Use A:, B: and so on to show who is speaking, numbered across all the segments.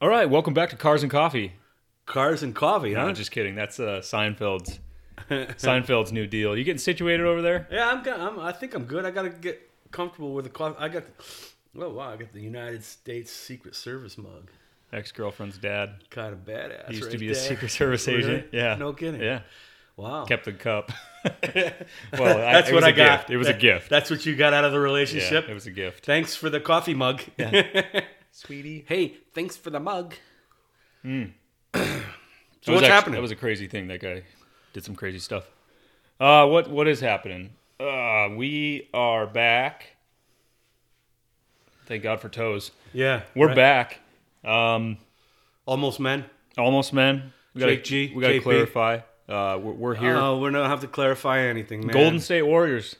A: All right, welcome back to Cars and Coffee.
B: Cars and coffee,
A: No,
B: huh?
A: just kidding. That's uh, Seinfeld's Seinfeld's new deal. You getting situated over there?
B: yeah, I'm, go- I'm. I think I'm good. I gotta get comfortable with the coffee. I got. Oh wow, I got the United States Secret Service mug.
A: Ex girlfriend's dad
B: Kind of badass.
A: He used to
B: right
A: be a
B: there.
A: Secret Service
B: Really?
A: agent. Yeah,
B: No kidding.
A: Yeah,
B: Wow.
A: kept the cup. well, that's
B: That's what I got.
A: It was a
B: That-
A: gift.
B: That's what you got out of the
A: Yeah,
B: relationship.
A: it was a gift,
B: Thanks for the coffee mug.
A: sweetie.
B: hey, thanks for the mug.
A: So
B: what's happening?
A: That was a crazy thing. That guy did some crazy stuff. Uh, what what is happening? Uh, we are back. Thank God for toes.
B: Yeah,
A: We're
B: right.
A: back. Um,
B: Almost men.
A: almost men. We gotta,
B: Jake G,
A: We got to
B: JP.
A: clarify. Uh, we're, we're here.
B: Oh, we're not have to clarify anything, man.
A: Golden State Warriors.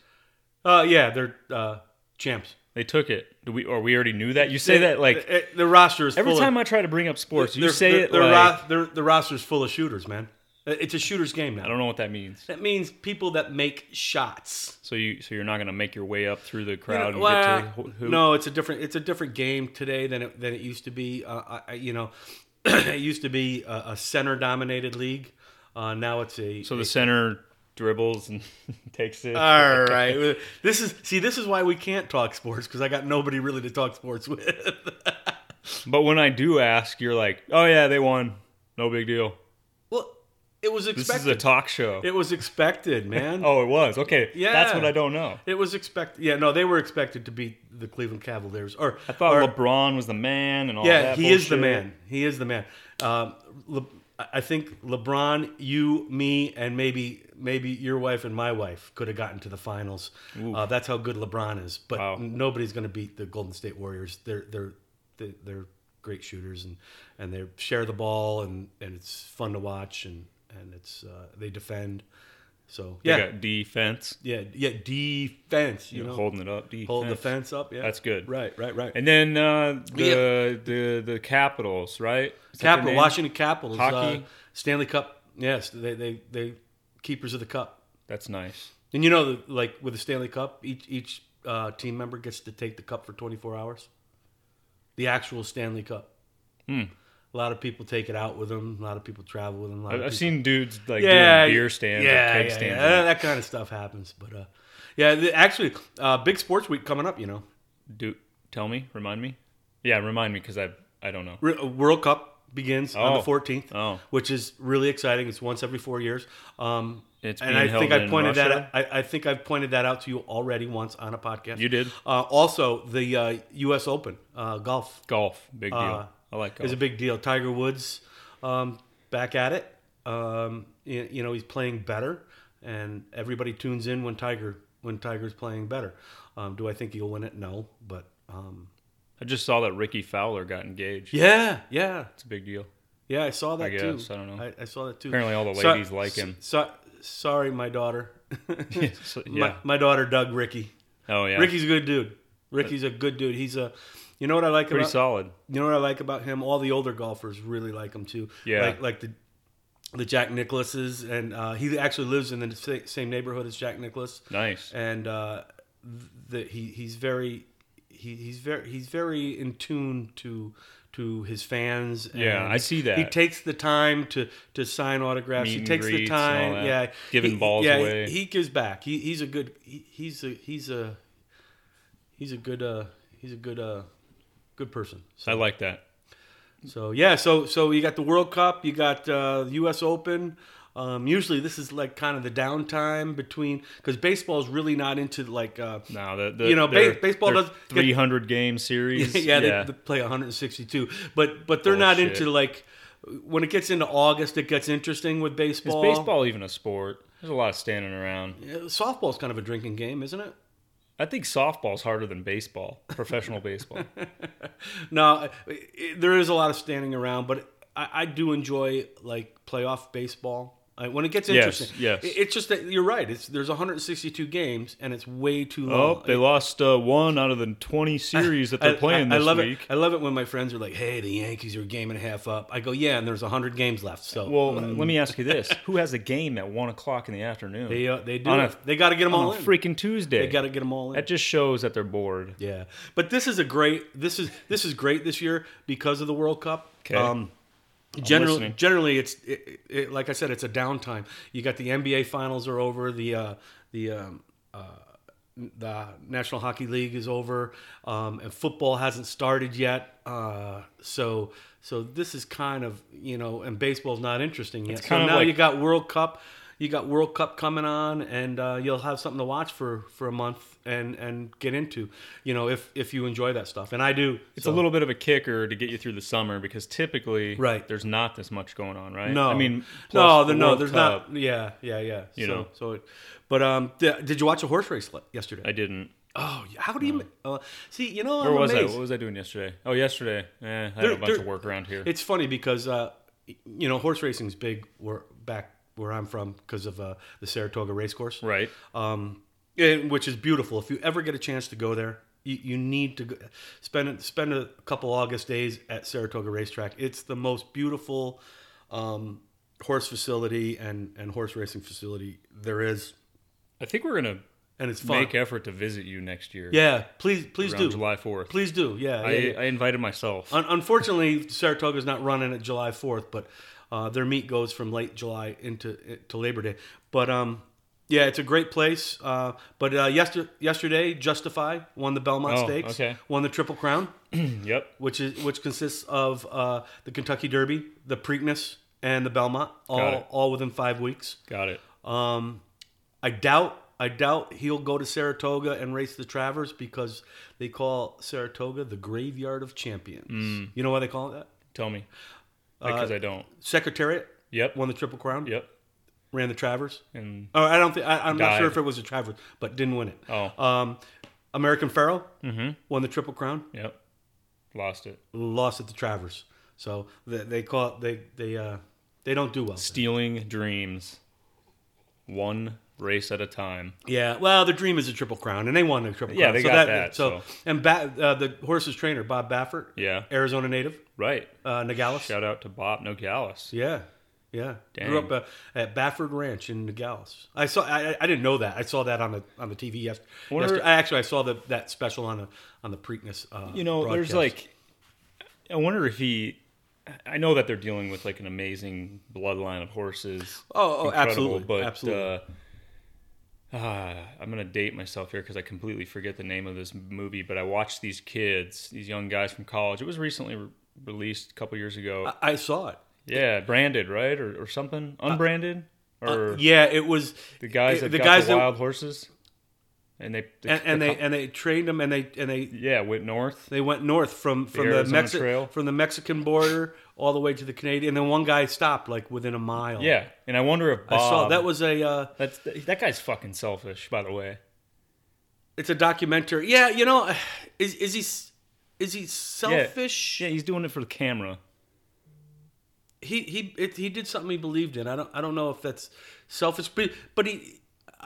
B: Uh, yeah, they're uh, champs.
A: They took it. Do we or we already knew that? You say that like
B: the, the roster is
A: every
B: full
A: time
B: Of,
A: I try to bring up sports, you
B: they're-
A: say
B: they're-
A: it
B: they're
A: like
B: ro- they're- the roster's full of shooters, man. Uh, It's a shooter's game
A: I
B: now.
A: don't know what that means.
B: That means people that make shots.
A: So you so you're not gonna make your way up through the crowd and get to
B: Well,
A: the ho- hoop?
B: no, it's a different it's a different game today than it, than it used to be. Uh, I- I, you know, it used to be a, a center dominated league. Uh, now it's a
A: So the center dribbles and takes it.
B: All right. This is see. This is why we can't talk sports because I got nobody really to talk sports with.
A: but when I do ask, you're like, "Oh yeah, they won. No big deal."
B: well, it was
A: This
B: expected.
A: is a talk show.
B: it was expected, man.
A: oh, it was okay.
B: Yeah.
A: that's what I don't know.
B: It was expected. Yeah, no, they were expected to beat the Cleveland Cavaliers. Or
A: I thought
B: or,
A: LeBron was the man and all
B: yeah,
A: that.
B: he is the
A: bullshit.
B: man. He is the man. Um, Le- I I think LeBron, you, me, and maybe maybe your wife and my wife could have gotten to the finals. Uh, that's how good LeBron is. But
A: Wow.
B: nobody's going to beat the Golden State Warriors. They're they're they're, they're great shooters and, and they share the ball and, and it's fun to watch and and it's uh, they defend. So
A: They
B: yeah,
A: got defense.
B: yeah, yeah, defense. You
A: You know,
B: know,
A: holding it up.
B: hold the
A: defense.
B: fence up. Yeah,
A: That's good.
B: Right, right, right.
A: And then uh, the, the the Capitals, right? Is that their
B: Capital,
A: name?
B: Washington Capitals, uh,
A: Hockey.
B: Stanley Cup. Yes, they they they keepers of the cup.
A: That's nice.
B: And you know, like with the Stanley Cup, each each uh, team member gets to take the cup for 24 hours. The actual Stanley Cup.
A: Hmm.
B: A lot of people take it out with them. A lot of people travel with them. A lot
A: I-
B: of
A: I've
B: people-
A: seen dudes like doing beer stands,
B: yeah,
A: or keg
B: yeah,
A: stands.
B: yeah. That, that kind of stuff happens. But uh, yeah, the, actually, uh, big sports week coming up. You know,
A: Do tell me, remind me. Yeah, remind me because I I don't know.
B: Re- uh, World Cup begins on
A: Oh.
B: the 14th,
A: Oh.
B: which is really exciting. It's once every four years. Um,
A: It's
B: and
A: being
B: I
A: held
B: think I
A: in
B: pointed
A: Russia?
B: that I, I think I've pointed that out to you already once on a podcast.
A: You did.
B: Uh, also, the uh, U.S. Open uh, golf
A: Golf, big deal.
B: Uh,
A: I like golf.
B: is a big deal. Tiger Woods um, back at it. Um, you, you know he's playing better, and everybody tunes in when Tiger when Tiger's playing better. Um, do I think he'll win it? No, but um,
A: I just saw that Ricky Fowler got engaged.
B: yeah, yeah.
A: It's a big deal.
B: Yeah, I saw that
A: I
B: too.
A: guess. I don't know.
B: I, I saw that too.
A: Apparently all the
B: So-
A: ladies like him.
B: So, sorry, my daughter.
A: So-
B: my,
A: yeah.
B: my daughter Doug Ricky.
A: oh yeah.
B: Ricky's a good dude. Ricky's a good dude. He's a. You know what I like
A: pretty
B: about
A: solid.
B: you know what I like about him. All the older golfers really like him too.
A: Yeah.
B: like like the the Jack Nicholases, and uh, he actually lives in the sa- same neighborhood as Jack Nicholas
A: Nice.
B: and uh, the, he he's very he, he's very he's very in tune to to his fans.
A: Yeah,
B: and
A: I see that.
B: He takes the time to to sign autographs.
A: Meet
B: he
A: and
B: takes the
A: greets and all
B: time,
A: that.
B: yeah,
A: Giving
B: he,
A: balls
B: yeah,
A: away.
B: He, he gives back. He, he's a good. He, he's a he's a he's a good uh he's a good uh good person.
A: I like that.
B: So yeah, so so you got the World Cup, you got uh, U.S. Open. Um, usually, this is like kind of the downtime between because baseball's really not into like uh,
A: Now the, the
B: You know, ba-
A: their-
B: baseball
A: their
B: does-
A: 300 game series.
B: yeah, Oh, They, they play 162, but but they're not
A: Bullshit.
B: into like when it gets into August, it gets interesting with
A: Is
B: baseball.
A: baseball even a sport? There's a lot of standing around.
B: Yeah, softball's kind of a drinking game, isn't it?
A: I think softball's harder than baseball, professional baseball.
B: Oh, No, it, it- there is a lot of standing around, but I, I do enjoy like playoff baseball. I- I, when it gets
A: Yes,
B: interesting,
A: yes.
B: It- it's just that you're right. It's there's 162 games and it's way too long.
A: Oh, they lost uh, one out of the 20 series that they're playing
B: I,
A: this
B: love
A: week.
B: It. I love it when my friends are like, "Hey, the Yankees are a game and a half up." I go, "Yeah," and there's 100 games left. So
A: Well, let me ask you this: Who has a game at one o'clock in the afternoon?
B: they uh, they do.
A: On a-
B: it. they got to get them
A: on
B: all
A: a
B: in.
A: freaking Tuesday.
B: They got to get them all in.
A: that just shows that they're bored.
B: Yeah, but this is a great this is this is great this year because of the World Cup.
A: 'Kay.
B: generally,
A: listening.
B: generally it's it, it- it, like I said, it's a downtime. You got the NBA finals are over. The uh, the um, uh, the National Hockey League is over, um, and football hasn't started yet. Uh, so so this is kind of you know, and baseball's not interesting yet. So
A: kind of
B: now
A: like-
B: you got World Cup. You got World Cup coming on, and uh, you'll have something to watch for, for a month and, and get into, you know, if, if you enjoy that stuff. And I do.
A: It's a little bit of a kicker to get you through the summer because typly,
B: Right.
A: there's not this much going on, right?
B: No,
A: I mean,
B: no,
A: plus
B: there-
A: the
B: no,
A: World
B: there's
A: Cup,
B: not. Yeah, yeah, yeah.
A: You
B: so,
A: know.
B: so it, but um, di- did you watch a horse race le- yesterday?
A: I didn't.
B: oh, how do you ma- uh, see? You know,
A: Where
B: I'm
A: was I?
B: amazed.
A: What was I doing yesterday? Oh, yesterday. Eh, I had
B: There-
A: a bunch
B: there-
A: of work around here.
B: It's funny because uh, y- you know horse racing's big where back where I'm from because of uh, the Saratoga race course,
A: right.
B: um, and- which is beautiful. If you ever get a chance to go there, you, you need to go, spend spend a couple August days at Saratoga Racetrack. It's the most beautiful um, horse facility and and horse racing facility there is,
A: I think we're gonna
B: and it's fun.
A: make effort to visit you next year.
B: yeah, please please
A: around
B: do,
A: July 4th.
B: please do. Yeah,
A: I,
B: yeah, yeah.
A: I invited myself.
B: Un- unfortunately, Saratoga's not running at July 4th, but uh, their meet goes from late July into to Labor Day. But um, yeah, it's a great place. Uh, but uh, yester- yesterday, Justify won the Belmont
A: Oh,
B: Stakes,
A: okay.
B: won the Triple Crown,
A: yep.
B: which is which consists of uh, the Kentucky Derby, the Preakness, and the Belmont,
A: Got
B: all
A: it.
B: all within five weeks.
A: Got it.
B: Um, I doubt I doubt he'll go to Saratoga and race the Travers because they call Saratoga the graveyard of champions.
A: Mm.
B: You know why they call it that?
A: Tell me. Because I don't.
B: Secretariat
A: Yep.
B: won the Triple Crown,
A: Yep.
B: ran the Travers.
A: And
B: Oh, I don't think I, I'm not
A: Died.
B: sure if it was a Travers, but didn't win it.
A: oh, Mm-hmm.
B: Um, American Pharaoh won the Triple Crown,
A: yep. Lost it.
B: lost at the Travers. So they, they call it, they they uh, they don't do well.
A: Stealing dreams. One race at a time.
B: Yeah, well, their dream is a triple crown, and they won the triple
A: Yeah,
B: crown.
A: they
B: so
A: got that,
B: So, and ba- uh, the horse's trainer Bob Baffert,
A: Yeah.
B: Arizona native,
A: Right.
B: uh, Nogales.
A: Shout out to Bob Nogales.
B: Yeah, yeah.
A: Dang.
B: Grew up uh, at Baffert Ranch in Nogales. I saw. I, I- I didn't know that. I saw that on the on the TV yesterday.
A: Wonder-
B: yesterday. I actually I saw the, that special on the on the Preakness. Uh,
A: You know, there's
B: broadcast.
A: like, I wonder if he. I know that they're dealing with like an amazing bloodline of horses.
B: oh, oh
A: Incredible,
B: absolutely,
A: But,
B: absolutely.
A: Uh, ah, I'm gonna date myself here because I completely forget the name of this movie. But I watched these kids, these young guys from college. It was recently re- released a couple years ago.
B: I, I saw it.
A: yeah, branded, right, or, or something,
B: Uh,
A: unbranded, or
B: Yeah, it was
A: the guys
B: it-
A: that
B: uh, the
A: got
B: guys
A: the
B: that-
A: wild horses, and they, the-
B: and, and
A: the
B: they
A: co-
B: and they trained them and they and they
A: yeah went north.
B: They went north from from the,
A: Arizona
B: Mexi-
A: Trail.
B: from the Mexican border all the way to the Canadian. And then one guy stopped like within a mile.
A: Yeah, and I wonder if
B: I
A: Bob,
B: saw that was a uh,
A: That's that guy's fucking selfish, by the way.
B: it's a documentary. Yeah, you know, is is he s- is he selfish?
A: Yeah, he's doing it for the camera.
B: He he it, he did something he believed in. I don't I don't know if that's selfish, but but he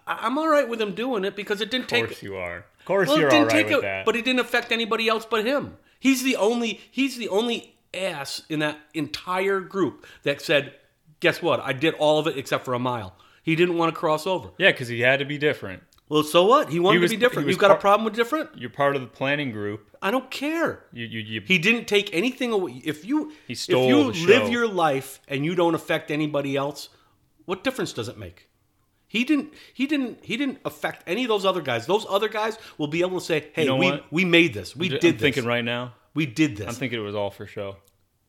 B: I- I'm all right with him doing it because it didn't
A: Of
B: take
A: course you are. Of course
B: well, it
A: you're all
B: didn't
A: right
B: take
A: with
B: a,
A: that.
B: but it didn't affect anybody else but him. He's the only he's the only ass in that entire group that said, "Guess what? I did all of it except for a mile." He didn't want to cross over.
A: yeah, because he had to be different.
B: Well, so what? He wanted
A: He was-
B: to be different.
A: he was
B: You've got a
A: part-
B: problem with different?
A: You're part of the planning group.
B: I don't care.
A: You you, you
B: He didn't take anything away. If you
A: He stole
B: if you
A: the
B: live
A: show.
B: your life and you don't affect anybody else, what difference does it make? He didn't he didn't he didn't affect any of those other guys. Those other guys will be able to say, "Hey,
A: know
B: we,
A: what?
B: we made this. We
A: I'm
B: did this.
A: thinking right now.
B: We did this.
A: I'm thinking it was all for show.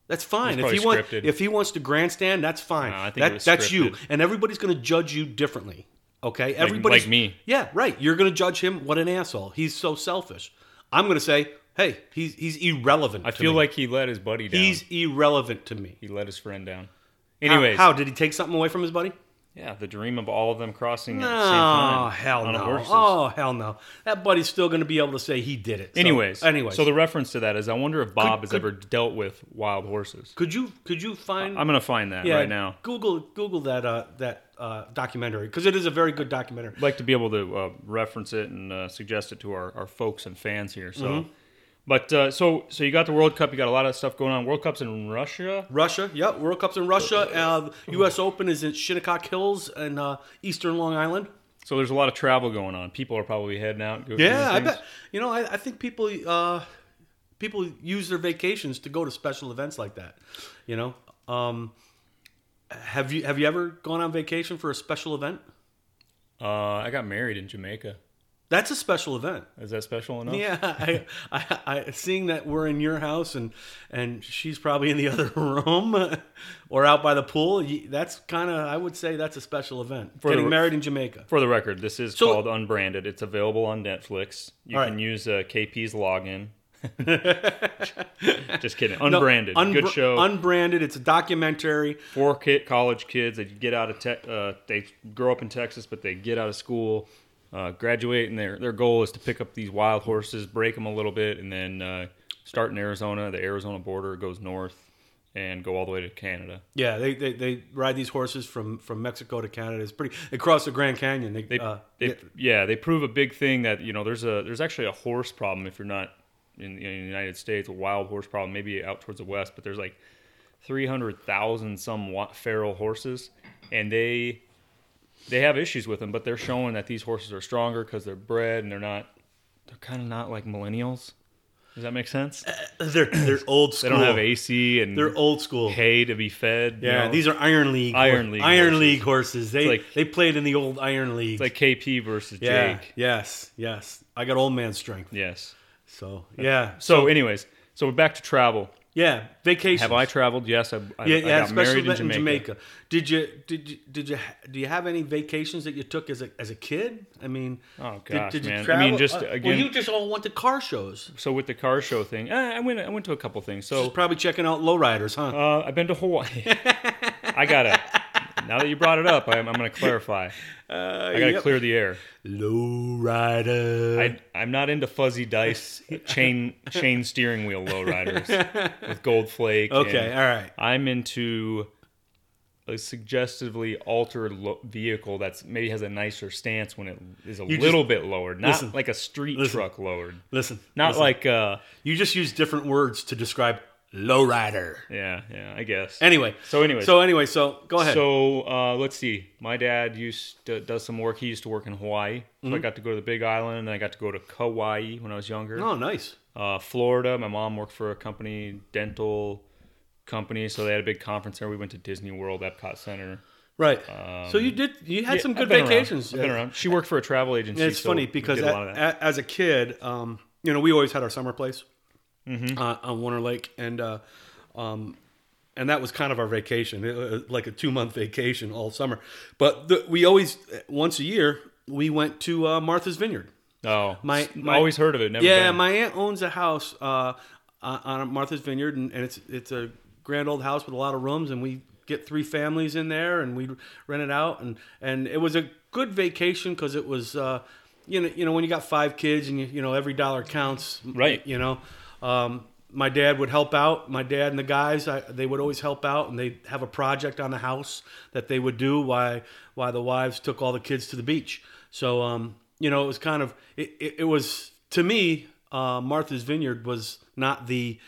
B: that's fine.
A: It
B: If
A: was
B: he
A: probably
B: wants,
A: scripted.
B: if he wants to grandstand, that's fine.
A: I think it
B: that,
A: was
B: that's you,
A: scripted.
B: and everybody's going to judge you differently. Okay, everybody's
A: like me.
B: Yeah, right. You're going to judge him. What an asshole. He's so selfish. I'm going to say, hey, he's he's irrelevant.
A: I feel like he let his buddy down.
B: he's irrelevant to me.
A: he let his friend down.
B: How-
A: Anyways,
B: how, did he take something away from his buddy?
A: Yeah, the dream of all of them crossing at the same
B: No,
A: time
B: hell
A: on a
B: no.
A: horse is-
B: Oh, hell no. That buddy's still going to be able to say he did it. So,
A: Anyways,
B: anyways.
A: so the reference to that is I wonder if Bob has
B: could-
A: ever dealt with wild horses.
B: could you could you find
A: I'm gonna find that right now.
B: Google Google that uh, that uh, documentary because it is a very good documentary.
A: I'd like to be able to uh, reference it and uh, suggest it to our, our folks and fans here. So,
B: Mm-hmm.
A: but uh, so so you got the World Cup. You got a lot of stuff going on. World Cup's in Russia.
B: Russia, yep. World Cup's in Russia. Uh, U.S. Open is in Shinnecock Hills in uh, Eastern Long Island.
A: So there's a lot of travel going on. People are probably heading out. go-
B: Yeah,
A: doing
B: I
A: things.
B: bet. You know, I, I think people uh, people use their vacations to go to special events like that. You know, um, have you have you ever gone on vacation for a special event?
A: Uh, I got married in Jamaica.
B: That's a special event.
A: Is that special enough?
B: Yeah, I, I, I, seeing that we're in your house and and she's probably in the other room or out by the pool. y- That's kind of I would say that's a special event.
A: For the-
B: Getting married in Jamaica.
A: For the record, this is
B: So-
A: called Unbranded. It's available on Netflix. You
B: All
A: can
B: right.
A: use uh, KP's login. Just kidding. Unbranded.
B: No,
A: Good
B: unbra-
A: show.
B: Unbranded. It's a documentary.
A: Four kid, college kids. They get out of tech. Uh, they grow up in Texas, but they get out of school, uh, graduate, and their their goal is to pick up these wild horses, break them a little bit, and then uh, start in Arizona. The Arizona border goes north and go all the way to Canada.
B: Yeah, they, they, they ride these horses from, from Mexico to Canada. It's pretty. They cross the Grand Canyon. They,
A: They,
B: uh,
A: they,
B: yeah.
A: yeah. they prove a big thing that you know there's a there's actually a horse problem if you're not in, in the United States, a wild horse problem, maybe out towards the west, but there's like three hundred thousand some wa- feral horses, and they they have issues with them, but they're showing that these horses are stronger because they're bred and they're not they're kind of not like millennials. Does that make sense?
B: they're they're old school.
A: They don't have AC and
B: Uh, They're old school.
A: hay to be fed. you
B: yeah,
A: know?
B: these are Iron League.
A: Iron
B: hor-
A: League
B: Iron
A: horses.
B: League horses. They
A: like-
B: they played in the old Iron League.
A: it's like KP versus
B: Yeah.
A: Jake.
B: Yes. Yes. I got old man strength.
A: Yes.
B: So yeah.
A: So, anyways, so we're back to travel.
B: Yeah. Vacation.
A: Have I traveled? Yes, I, I,
B: Yeah.
A: I
B: yeah
A: got
B: special
A: married in
B: event
A: Jamaica.
B: Did you? Did you? Did you? ha- Do you have any vacations that you took as a as a kid? I mean.
A: Oh,
B: did-
A: gosh,
B: did, you
A: man. I
B: travel?
A: mean, just,
B: Uh, Well,
A: again-
B: you just all went to car shows.
A: So with the car show thing, eh, I went. I went to a couple things.
B: Just
A: So
B: probably checking out lowriders, huh?
A: uh, I've been to Hawaii. I gotta. Now that you brought it up, I'm, I'm gonna clarify. I gotta
B: Uh, yep.
A: clear the air.
B: lowrider.
A: I, I'm not into fuzzy dice chain chain steering wheel lowriders with gold flake. and
B: okay. All right.
A: I'm into a suggestively altered lo- vehicle that's maybe has a nicer stance when it is a
B: just-
A: little bit lowered, not
B: Listen.
A: like a street
B: Listen.
A: truck lowered.
B: Listen.
A: Not
B: listen.
A: like uh
B: you just use different words to describe lowrider.
A: yeah, yeah, I guess.
B: Anyway.
A: So anyways.
B: So anyway. So go ahead.
A: So uh, let's see. My dad used to, does some work. He used to work in Hawaii, so
B: Mm-hmm.
A: I got to go to the Big Island, and I got to go to Kauai when I was younger.
B: oh, nice.
A: Uh, Florida. My mom worked for a company, dental company, so they had a big conference there. We went to Disney World, Epcot Center.
B: Right. so you did. You had
A: Um, Yeah,
B: some
A: I've
B: good
A: been around.
B: vacations.
A: I've been around. She worked for a travel agency.
B: It's
A: so
B: funny
A: we
B: because
A: did a
B: a-
A: lot of that.
B: a- as a kid, um, you know, we always had our summer place
A: Mm-hmm.
B: uh, on Warner Lake, and uh, um, and that was kind of our vacation, it, was like a two month vacation all summer. But the, we always once a year we went to uh, Martha's Vineyard.
A: oh,
B: my-
A: s-
B: my-
A: always heard of it. Never
B: yeah,
A: been.
B: my aunt owns a house uh, on- on Martha's Vineyard, and, and it's it's a grand old house with a lot of rooms, and we get three families in there, and we rent it out, and and it was a good vacation because it was, uh, you know, you know when you got five kids and you you know every dollar counts,
A: Right.
B: You know. Um, my dad would help out. My dad and the guys, I, they would always help out, and they have a project on the house that they would do. Why? Why the wives took all the kids to the beach? So, um, you know, it was kind of it. It, it was to me, uh, Martha's Vineyard was not the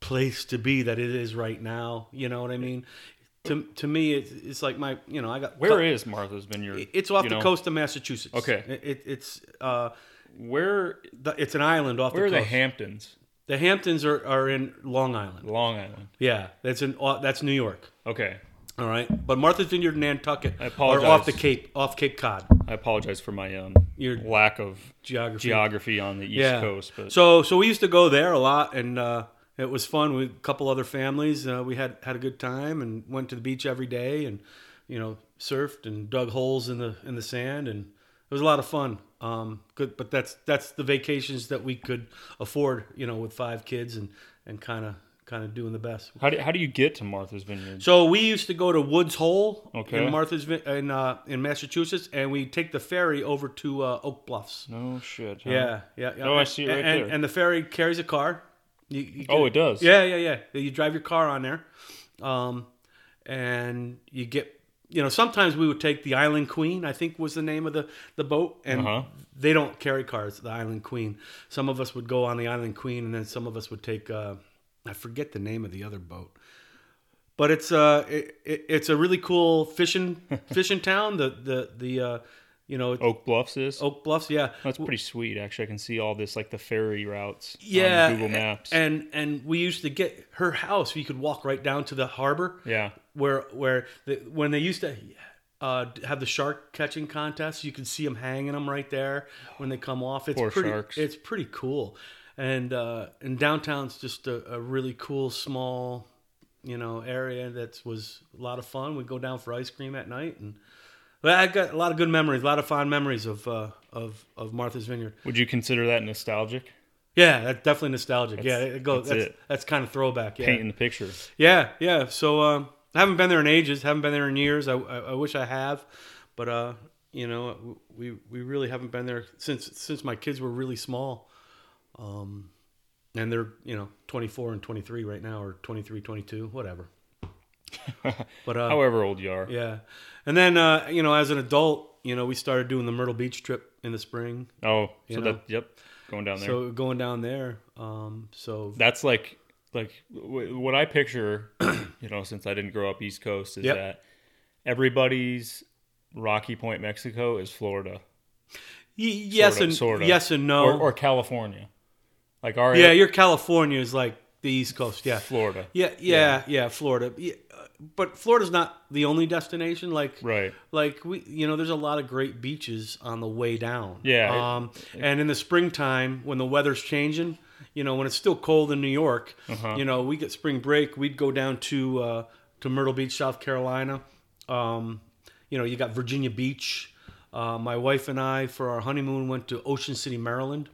B: place to be that it is right now. You know what I mean? To to me, it's, it's like my you know I got
A: Where is Martha's Vineyard?
B: it's off
A: You
B: the
A: know?
B: coast of Massachusetts.
A: Okay.
B: it, it, it's uh,
A: Where
B: the, it's an island off
A: where are
B: the
A: the
B: coast.
A: Hamptons?
B: the Hamptons are, are in Long Island.
A: Long Island.
B: Yeah, that's in uh, that's New York.
A: Okay,
B: All right, but Martha's Vineyard and Nantucket
A: I
B: are
A: apologize.
B: off the Cape, off Cape Cod
A: I apologize for my um,
B: Your-
A: lack of
B: geography.
A: geography on the east
B: yeah.
A: coast but
B: So so we used to go there a lot, and uh, it was fun. with a couple other families. Uh, we had had a good time and went to the beach every day, and you know surfed and dug holes in the in the sand, and it was a lot of fun. Um, good, but that's that's the vacations that we could afford, you know, with five kids and and kind of kind of doing the best.
A: How do, how do you get to Martha's Vineyard?
B: So we used to go to Woods Hole
A: Okay.
B: in Martha's Vin- in uh, in Massachusetts, and we take the ferry over to uh, Oak Bluffs.
A: No shit. huh?
B: Yeah, yeah, yeah.
A: Oh, I see it right
B: and,
A: there.
B: And the ferry carries a car. You, you
A: Oh,
B: get-
A: it does.
B: Yeah, yeah, yeah. You drive your car on there, um, and you get. You know, sometimes we would take the Island Queen. I think was the name of the the boat, and
A: Uh-huh.
B: they don't carry cars. The Island Queen. Some of us would go on the Island Queen, and then some of us would take. Uh, I forget the name of the other boat but it's uh it, it, it's a really cool fishing fishing town the the the uh you know oak,
A: Oak Bluffs is.
B: bluffs yeah
A: That's pretty sweet, actually. I can see all this, like the ferry routes
B: yeah
A: on Google Maps.
B: and and we used to get her house we could walk right down to the harbor
A: yeah.
B: where where the, when they used to uh, have the shark catching contests you can see them hanging them right there when they come off it's
A: Poor
B: pretty
A: sharks.
B: it's pretty cool and uh and downtown's just a, a really cool small you know area that was a lot of fun we go down for ice cream at night and well, I got a lot of good memories, a lot of fond memories of uh, of of Martha's Vineyard.
A: Would you consider that nostalgic?
B: Yeah, that's definitely nostalgic. yeah, it goes.
A: that's
B: That's
A: it.
B: that's, kind of throwback. Yeah,
A: Painting the picture.
B: yeah, yeah. So um, I haven't been there in ages. Haven't been there in years. I, I, I wish I have, but uh, you know, we we really haven't been there since since my kids were really small, um, and they're you know 24 and 23 right now, or 23, 22, whatever. But uh,
A: However old you are.
B: yeah, and then uh, you know, as an adult, you know, we started doing the Myrtle Beach trip in the spring.
A: Oh, so
B: You know.
A: that yep, going down there.
B: So going down there, um, so
A: that's like like w- what I picture, you know, since I didn't grow up East Coast, is
B: Yep.
A: that everybody's Rocky Point, Mexico, is Florida,
B: y- yes
A: Sorta,
B: and
A: sorta.
B: yes and no.
A: or, or California. Like our
B: yeah, your California is like the East Coast. Yeah,
A: Florida,
B: Yeah, yeah, yeah, Florida. Yeah, uh, but Florida's not the only destination. Like,
A: right?
B: like we, you know, there's a lot of great beaches on the way down.
A: Yeah, it-
B: Um, and in the springtime, when the weather's changing, you know, when it's still cold in New York,
A: Uh-huh.
B: you know, we get spring break. We'd go down to uh, to Myrtle Beach, South Carolina. Um, you know, you got Virginia Beach. Uh, my wife and I, for our honeymoon, went to Ocean City, Maryland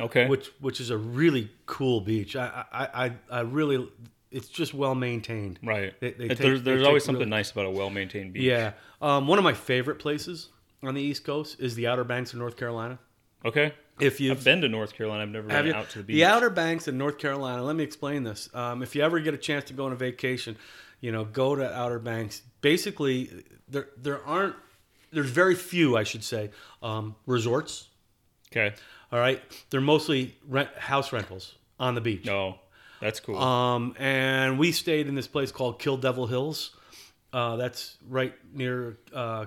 A: Okay,
B: which which is a really cool beach. I I, I, I really it's just well maintained.
A: right.
B: they- they
A: It-
B: take-
A: there's
B: they
A: there's
B: take
A: always
B: really-
A: something nice about a well-maintained beach.
B: Yeah. Um, one of my favorite places on the East Coast is the Outer Banks of North Carolina.
A: Okay,
B: If you've
A: I've been to North Carolina. I've never
B: Have
A: been
B: you-
A: out to the beach.
B: Outer Banks in North Carolina. Let me explain this. Um, if you ever get a chance to go on a vacation, you know, go to Outer Banks. Basically, there there aren't there's very few, I should say, um, resorts.
A: Okay,
B: All right, they're mostly rent house rentals on the beach.
A: no, that's cool.
B: Um, and we stayed in this place called Kill Devil Hills. Uh, that's right near uh,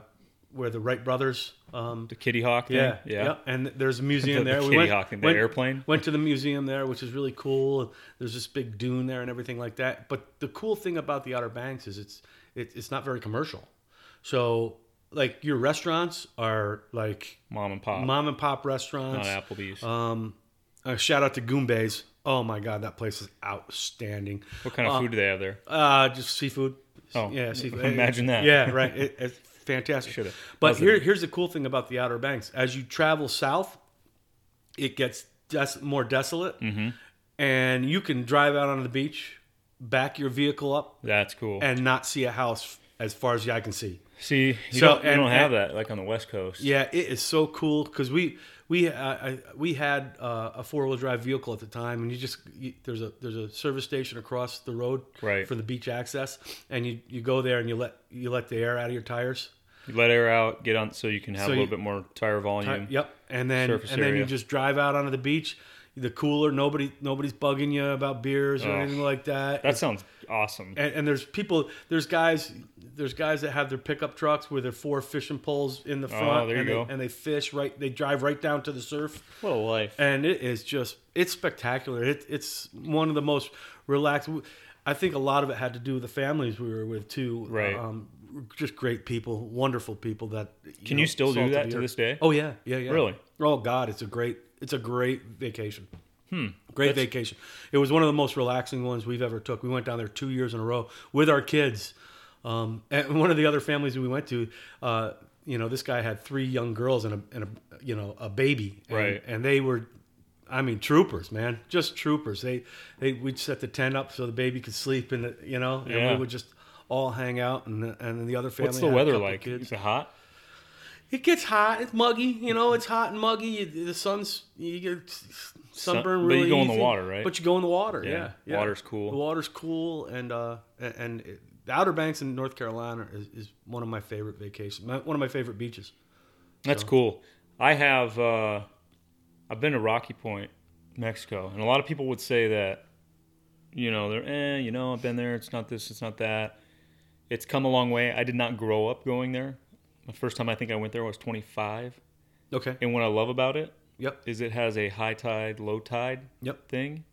B: where the Wright brothers. Um,
A: the Kitty Hawk. Thing?
B: yeah,
A: yeah.
B: yeah. And there's a museum
A: The- the
B: there.
A: Kitty Hawk thing, the airplane?
B: Went to the museum there, which is really cool. There's this big dune there and everything like that. But the cool thing about the Outer Banks is it's it, it's not very commercial. So like your restaurants are like
A: Mom and pop,
B: mom and pop restaurants.
A: not Applebee's.
B: Um, a shout out to Goombas. Oh my God, that place is outstanding.
A: what kind of food do they have there?
B: Uh, just seafood.
A: Oh,
B: yeah, seafood.
A: imagine that.
B: Yeah, right. It, it's fantastic.
A: Should've.
B: But
A: Wasn't
B: here, here's the cool thing about the Outer Banks: as you travel south, it gets des- more desolate,
A: Mm-hmm.
B: and you can drive out onto the beach, back your vehicle up,
A: That's cool.
B: and not see a house as far as the eye can see.
A: See, you,
B: So,
A: don't, you
B: and-
A: don't have that like on the West Coast.
B: Yeah, it is so cool because we we uh, I, we had uh, a four wheel drive vehicle at the time, and you just you, there's a there's a service station across the road
A: Right.
B: for the beach access, and you, you go there and you let you let the air out of your tires.
A: You let air out, get on, so you can have a
B: So
A: little
B: you-
A: bit more tire volume.
B: Yep, and then
A: Surface
B: and then you
A: area.
B: just drive out onto the beach. The cooler, nobody nobody's bugging you about beers or
A: Oh,
B: anything like that.
A: That sounds awesome.
B: and, and there's people there's guys there's guys that have their pickup trucks with their four fishing poles in the front
A: Oh, there you
B: and, they,
A: go.
B: and they fish right they drive right down to the surf
A: What a life!
B: and it is just it's spectacular it, it's one of the most relaxed i think a lot of it had to do with the families we were with too
A: Right.
B: um, just great people wonderful people that
A: Can you still do
B: salt of
A: that
B: the
A: to
B: earth.
A: this day?
B: oh yeah yeah yeah
A: Really?
B: oh god it's a great it's a great vacation
A: Hmm.
B: Great vacation. It was one of the most relaxing ones we've ever took. We went down there two years in a row with our kids. Um, and one of the other families that we went to, uh, you know, this guy had three young girls and a, and a you know a baby, and,
A: Right.
B: And they were I mean, troopers, man, just troopers. They, they, we'd set the tent up so the baby could sleep, and the, you know, and
A: Yeah.
B: we would just all hang out, and the- and the other family.
A: What's
B: had
A: the
B: a
A: weather
B: couple
A: like?
B: kids.
A: Is it hot?
B: It gets hot. It's muggy. You know, it's hot and muggy. You, the sun's you get sunburn
A: Sun- but you
B: really.
A: go in the
B: easy,
A: water, right?
B: But you go in the water.
A: Yeah.
B: Yeah, yeah.
A: Water's cool.
B: The water's cool, and uh, a- and it, the Outer Banks in North Carolina is, is one of my favorite vacations. My, one of my favorite beaches.
A: That's cool. I have uh, I've been to Rocky Point, Mexico, and a lot of people would say that you know they're eh, you know I've been there. It's not this. It's not that. It's come a long way. I did not grow up going there. The first time I think I went there was 25.
B: Okay.
A: And what I love about it
B: Yep.
A: is it has a high tide, low tide
B: Yep.
A: thing.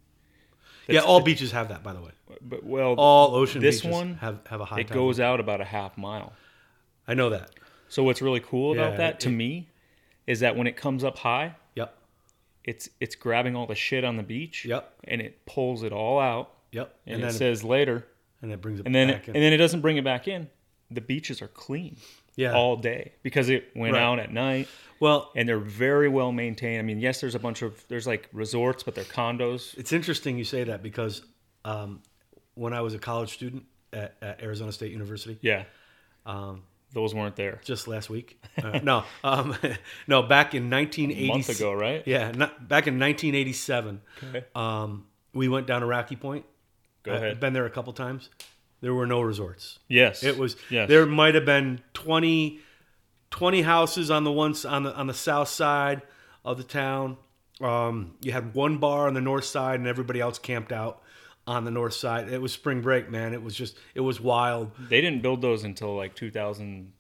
B: yeah.
A: That's-
B: All beaches have that, by the way.
A: But well,
B: All ocean
A: This
B: beaches
A: one,
B: have have a high.
A: it
B: tide.
A: goes out about a half mile.
B: I know that.
A: So what's really cool about
B: Yeah,
A: that to
B: it-
A: me is that when it comes up high,
B: Yep.
A: it's it's grabbing all the shit on the beach.
B: Yep.
A: And it pulls it all out,
B: Yep.
A: and, it
B: then
A: says later,
B: and it brings it
A: and then
B: back in.
A: and then it doesn't bring it back in. The beaches are clean
B: yeah.
A: all day because it went
B: Right.
A: out at night,
B: well,
A: and they're very well maintained. I mean, yes, there's a bunch of there's like resorts, but they're condos.
B: It's interesting you say that because um, when I was a college student at, at Arizona State University,
A: Yeah, those weren't there
B: Um, just last week, uh, no, um, no, back in
A: a
B: 1980,
A: month ago, right?
B: yeah, not, back in 1987,
A: Okay.
B: um, we went down to Rocky Point.
A: Go
B: I-
A: ahead.
B: I've been there a couple times. There were no resorts.
A: Yes,
B: It was
A: Yes.
B: there might have been 20, 20 houses on the one s- on the on the south side of the town. Um, you had one bar on the north side, and everybody else camped out on the north side. It was spring break, man. It was just it was wild.
A: They didn't build those until like 2005,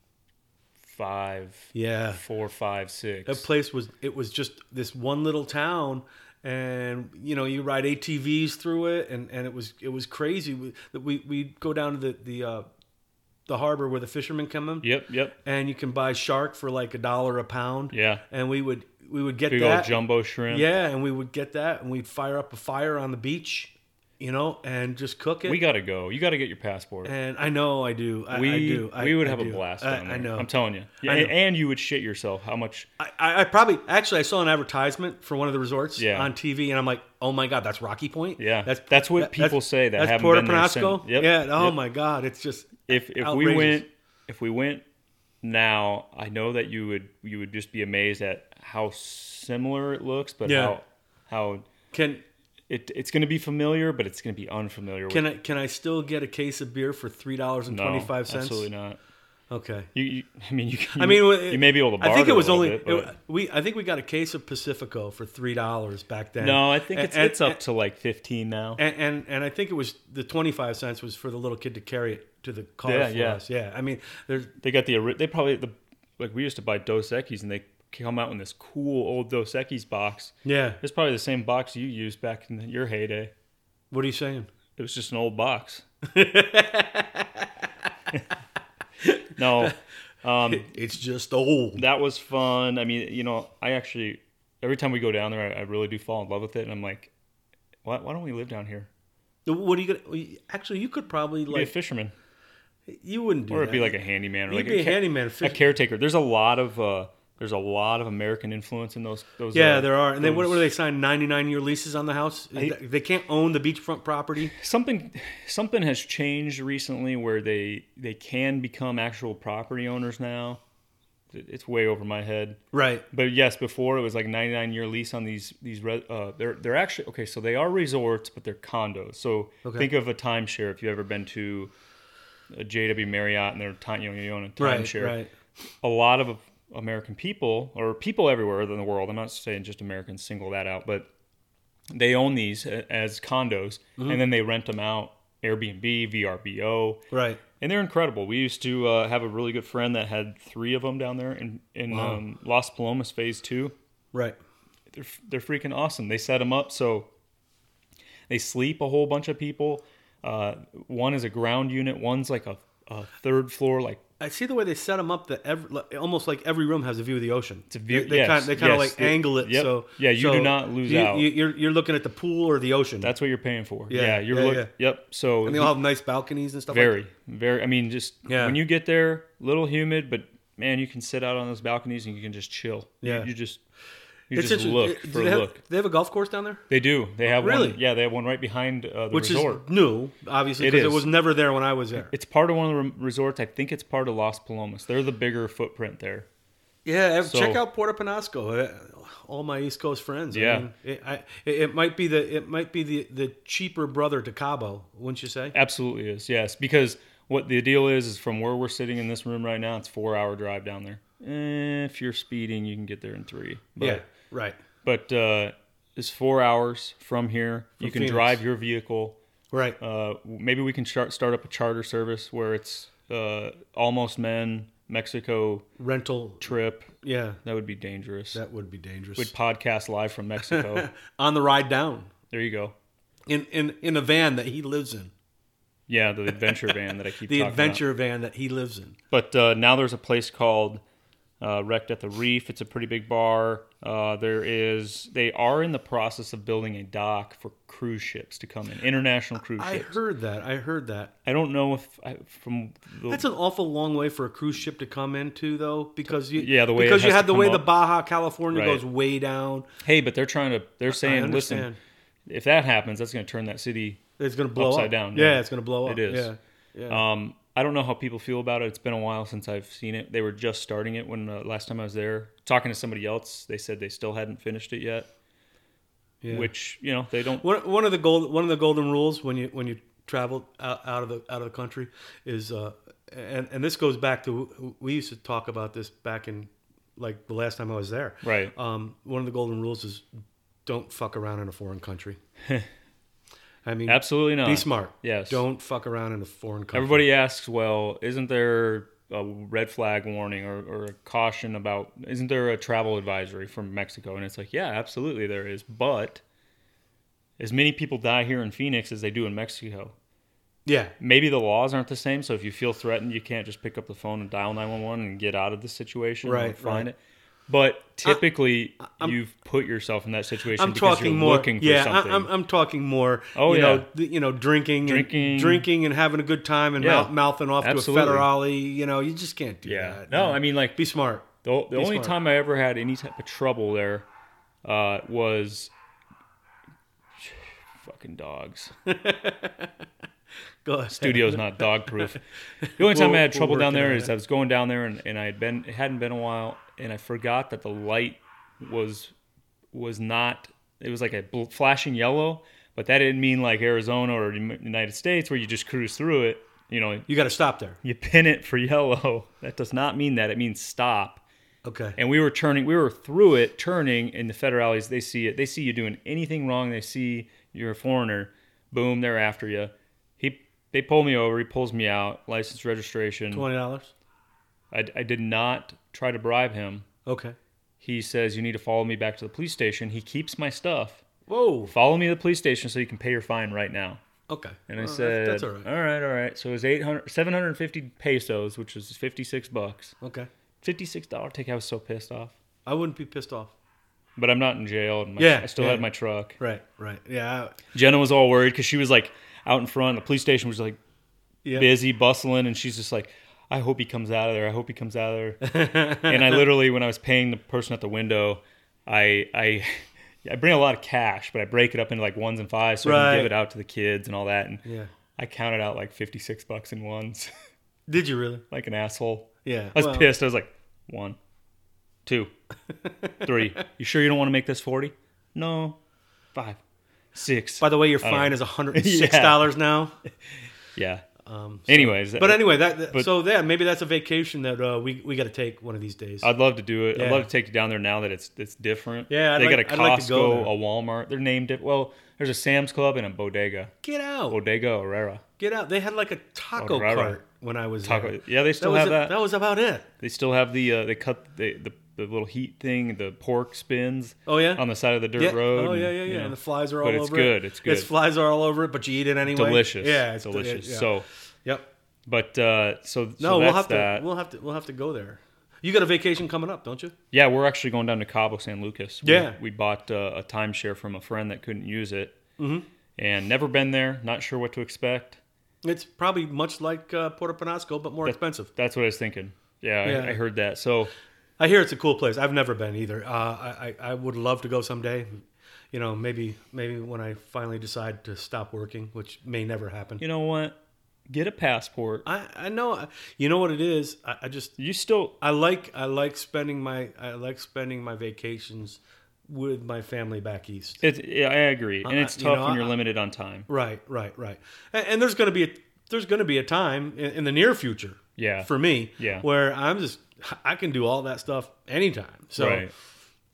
B: Yeah,
A: four, five, six.
B: that place was it was just this one little town. And you know you ride ATVs through it, and, and it was it was crazy. We we we'd go down to the the uh, the harbor where the fishermen come in,
A: Yep, yep,
B: and you can buy shark for like a dollar a pound.
A: yeah.
B: and we would we would get
A: Big
B: that.
A: old jumbo shrimp.
B: Yeah, and we would get that, and we'd fire up a fire on the beach, you know, and just cook it.
A: We gotta go. You gotta get your passport.
B: and I know I do. Eh, I,
A: we
B: I do. I,
A: we would
B: I
A: have
B: do.
A: a blast.
B: I,
A: down
B: I
A: there.
B: know.
A: I'm telling you. Yeah,
B: I know.
A: and, and you would shit yourself. How much?
B: I, I I probably actually I saw an advertisement for one of the resorts
A: Yeah.
B: on TV, and I'm like, oh my god, that's Rocky Point.
A: Yeah, that's what people say that
B: that's
A: haven't
B: Puerto
A: been there since-
B: Penasco.
A: Yep,
B: Yeah. Oh
A: yep.
B: my god, it's just
A: If if we
B: outrageous.
A: went, if we went now, I know that you would you would just be amazed at how similar it looks, but
B: Yeah.
A: how how
B: Can
A: it it's gonna be familiar, but it's gonna be unfamiliar.
B: can I can I still get a case of beer for three dollars and
A: no,
B: twenty five cents?
A: Absolutely not.
B: Okay.
A: You, you I mean you,
B: I mean, it-
A: you may be able to.
B: I think
A: barter a
B: it was
A: little
B: only
A: bit, but-
B: it- we. I think we got a case of Pacifico for three dollars back then.
A: no, I think it's
B: and,
A: it's up to like 15 now.
B: And, and and I think it was the twenty five cents was for the little kid to carry it to the car
A: Yeah,
B: for
A: yeah.
B: us. Yeah, I mean, there's
A: They got the ori- they probably the like we used to buy Dos Equis and they come out in this cool old Dos Equis box.
B: yeah.
A: It's probably the same box you used back in your heyday.
B: What are you saying?
A: It was just an old box. no,
B: It's just old.
A: that was fun. I mean, you know, I actually every time we go down there, I, I really do fall in love with it, and I'm like, why, why don't we live down here?
B: What are you gonna? Actually, you could probably
A: Be a
B: like
A: fisherman,
B: you wouldn't do
A: or
B: that.
A: it'd be like a handyman, or
B: you'd
A: like
B: be a,
A: ca-
B: handyman.
A: a
B: Fish.
A: caretaker. There's a lot of uh, there's a lot of American influence in those. those
B: Yeah,
A: uh,
B: there are. And then what,
A: those-
B: what do they sign? Ninety nine year leases on the house. they can't own the beachfront property.
A: something something has changed recently where they they can become actual property owners now It- it's way over my head
B: Right.
A: but yes before it was like 99 year lease on these these re- uh, they're they're actually okay so they are resorts but they're condos so
B: Okay.
A: think of a timeshare if you've ever been to a JW Marriott and they're time you know you own a
B: Right.
A: timeshare
B: Right.
A: a lot of American people or people everywhere in the world, I'm not saying just Americans single that out, but they own these a- as condos
B: Mm-hmm.
A: and then they rent them out Airbnb, VRBO,
B: Right.
A: and they're incredible. We used to uh, have a really good friend that had three of them down there in, in um, Las Palomas Phase 2.
B: Right.
A: They're, f- they're freaking awesome. They set them up so they sleep a whole bunch of people. Uh, one is a ground unit, one's like a, a third floor, like
B: I see the way they set them up. That every, like, almost like every room has a view of the ocean. It's
A: a view-
B: They, they
A: yes,
B: kind of, they kind
A: yes,
B: of like
A: they-
B: angle it.
A: yep.
B: So
A: Yeah, you
B: so
A: do not lose
B: you,
A: out.
B: You, you're you're looking at the pool or the ocean.
A: that's what you're paying for. Yeah,
B: Yeah,
A: you're
B: yeah,
A: look,
B: yeah.
A: yep. So
B: and they all have nice balconies and stuff. like
A: Very, very. I mean, just
B: Yeah.
A: when you get there, little humid, but man, you can sit out on those balconies and you can just chill. You-
B: Yeah.
A: you, just You just
B: inter-
A: look
B: do
A: for
B: they
A: a
B: have,
A: look.
B: They have a golf course down there,
A: They do. They have
B: Really?
A: one. Yeah, they have one right behind uh, the
B: which
A: resort.
B: is new, obviously,
A: It
B: because it,
A: is.
B: was never there when I was there.
A: It's part of one of the re- resorts. I think it's part of Las Palomas. They're the bigger footprint there.
B: yeah, ev-
A: so-
B: check out Puerto Penasco. Uh, All my East Coast friends. I
A: Yeah.
B: mean, it, I, it, it might be the it might be the the cheaper brother to Cabo, wouldn't you say?
A: Absolutely is yes, because what the deal is is from where we're sitting in this room right now, it's four hour drive down there. Eh, if you're speeding, you can get there in three. But,
B: yeah, right,
A: but uh, it's four hours from here. you can
B: From Phoenix.
A: drive your vehicle.
B: right.
A: Uh, maybe we can start start up a charter service where it's uh, almost men Mexico
B: Rental.
A: trip.
B: Yeah,
A: That would be dangerous.
B: that would be dangerous.
A: We'd podcast live from Mexico.
B: On the ride down,
A: there you go.
B: in in in a van that he lives in,
A: Yeah, the adventure van that I keep
B: the
A: talking about.
B: adventure van that he lives in.
A: But uh, now there's a place called uh, Wrecked at the Reef. It's a pretty big bar. Uh, there is. They are in the process of building a dock for cruise ships to come in, international cruise
B: I
A: ships.
B: heard that. I heard that.
A: I don't know if I, from the,
B: That's an awful long way for a cruise ship to come into, though, because you
A: Yeah, the way it
B: because you
A: has
B: had
A: to
B: the
A: come
B: way
A: up.
B: the Baja California
A: Right.
B: goes way down.
A: hey, but they're trying to. They're saying, listen,
B: understand.
A: if that happens, that's going to turn that city.
B: It's going to blow
A: Upside
B: up.
A: down,
B: Yeah,
A: yeah.
B: it's going to blow
A: It
B: up.
A: is.
B: Yeah. Yeah.
A: Um, I don't know how people feel about it. It's been a while since I've seen it. They were just starting it when uh, last time I was there. Talking to somebody else, they said they still hadn't finished it yet.
B: Yeah.
A: Which you know they don't.
B: one, one of the gold one of the golden rules when you when you travel out, out of the out of the country is uh, and and this goes back to we used to talk about this back in like the last time I was there.
A: Right.
B: Um, one of the golden rules is don't fuck around in a foreign country. I mean,
A: Absolutely not.
B: be smart.
A: Yes.
B: Don't fuck around in a foreign country.
A: Everybody asks, well, isn't there a red flag warning or, or a caution about, isn't there a travel advisory from Mexico? And it's like, yeah, absolutely there is. But as many people die here in Phoenix as they do in Mexico.
B: Yeah.
A: Maybe the laws aren't the same. So if you feel threatened, you can't just pick up the phone and dial 911 and get out of the situation or
B: Right,
A: find
B: right.
A: it. But typically, you've put yourself in that situation
B: I'm
A: because
B: talking
A: you're
B: more.
A: looking for
B: yeah,
A: something.
B: I, am I'm talking more.
A: Oh,
B: you
A: yeah.
B: know, th- you know, drinking,
A: Drinking.
B: and, drinking, and having a good time, and
A: Yeah.
B: mouth, mouthing off
A: Absolutely.
B: to a federale. You know, you just can't do
A: yeah.
B: that.
A: no,
B: you know.
A: I mean, like,
B: be smart.
A: The, the
B: Be
A: only
B: smart.
A: time I ever had any type of trouble there uh, was fucking dogs.
B: Go ahead.
A: Studio's not dog proof. The only time I
B: We'll-
A: had
B: we'll
A: trouble
B: work
A: down
B: it
A: there
B: out.
A: is I was going down there and, and I had been it hadn't been a while and I forgot that the light was was not it was like a bl- flashing yellow, but that didn't mean like Arizona or the United States where you just cruise through it. You know,
B: You got to stop there.
A: you pin it for yellow. That does not mean that. It means stop.
B: Okay.
A: and we were turning we were through it turning and the federales they see it they see you doing anything wrong they see you're a foreigner boom they're after you he they pull me over he pulls me out license registration
B: Twenty dollars.
A: I, I did not try to bribe him
B: Okay.
A: he says you need to follow me back to the police station he keeps my stuff
B: Whoa.
A: follow me to the police station so you can pay your fine right now
B: Okay.
A: and I
B: Well, Oh, that's-
A: said,
B: that's, all right.
A: all right, all right. So it was 800, 750 pesos, which was 56 bucks.
B: Okay.
A: $56 ticket. I was so pissed off.
B: I wouldn't be pissed off.
A: But I'm not in jail. And my,
B: Yeah,
A: I still
B: yeah.
A: had my truck.
B: Right. Right. Yeah. I-
A: Jenna was all worried because she was like out in front. The police station was like
B: Yeah.
A: busy, bustling, and she's just like, "I hope he comes out of there. I hope he comes out of there." and I literally, when I was paying the person at the window, I I I bring a lot of cash, but I break it up into like ones and fives so I can
B: Right.
A: give it out to the kids and all that. And
B: Yeah.
A: I counted out like fifty six bucks in ones,
B: Did you really?
A: like an asshole.
B: Yeah.
A: I was
B: well,
A: pissed. I was like, one, two, three. You sure you don't want to make this forty? No, five, six.
B: By the way, your
A: don't
B: fine is one hundred and six dollars now.
A: yeah. Um, Anyways,
B: But anyway, that, that-
A: But-
B: so yeah, maybe that's a vacation that uh, we we got to take one of these days.
A: I'd love to do it. I'd
B: Yeah.
A: love to take you down there now that it's it's different.
B: Yeah, I'd
A: they
B: like-
A: got a
B: I'd
A: Costco,
B: like to go there.
A: a Walmart. They're named it. Well, there's a Sam's Club and a Bodega.
B: get out,
A: Bodega Herrera.
B: get out. They had like a taco
A: Oh, right, right.
B: cart when I was
A: Taco.
B: there.
A: Yeah, they
B: That
A: still
B: was,
A: have
B: it-
A: that.
B: that was about it.
A: They still have the uh, they cut the, the the little heat thing, the pork spins.
B: Oh, yeah?
A: on the side of the dirt
B: Yeah.
A: road.
B: oh yeah,
A: and,
B: yeah,
A: you
B: yeah.
A: know,
B: And the flies are all
A: But it's
B: over
A: good,
B: it.
A: it's good.
B: Its flies are all over it, but you eat it anyway.
A: delicious.
B: Yeah, it's
A: delicious.
B: yeah.
A: So,
B: yep.
A: but uh, so no,
B: No,
A: so
B: we'll
A: that's
B: have
A: that.
B: to we'll have to we'll have to go there. You got a vacation coming up, don't you?
A: Yeah, we're actually going down to Cabo San Lucas. We-
B: Yeah.
A: we, bought uh, a timeshare from a friend that couldn't use it, mm-hmm. and never been there. Not sure what to expect.
B: It's probably much like uh, Puerto Penasco, but more expensive.
A: That's what I was thinking. Yeah,
B: Yeah.
A: I, I heard that. So
B: I hear it's a cool place. I've never been either. Uh, I, I I would love to go someday. You know, maybe maybe when I finally decide to stop working, which may never happen.
A: You know what? Get a passport.
B: I I know you know what it is. I, I just
A: You still
B: I like I like spending my I like spending my vacations with my family back east.
A: It's yeah, I agree, and
B: I-
A: it's
B: you
A: tough
B: know,
A: when
B: I-
A: you're limited on time.
B: Right, right, right. And, and there's going to be a there's going to be a time in, in the near future.
A: Yeah.
B: For me,
A: Yeah.
B: where I'm just I can do all that stuff anytime. So
A: Right.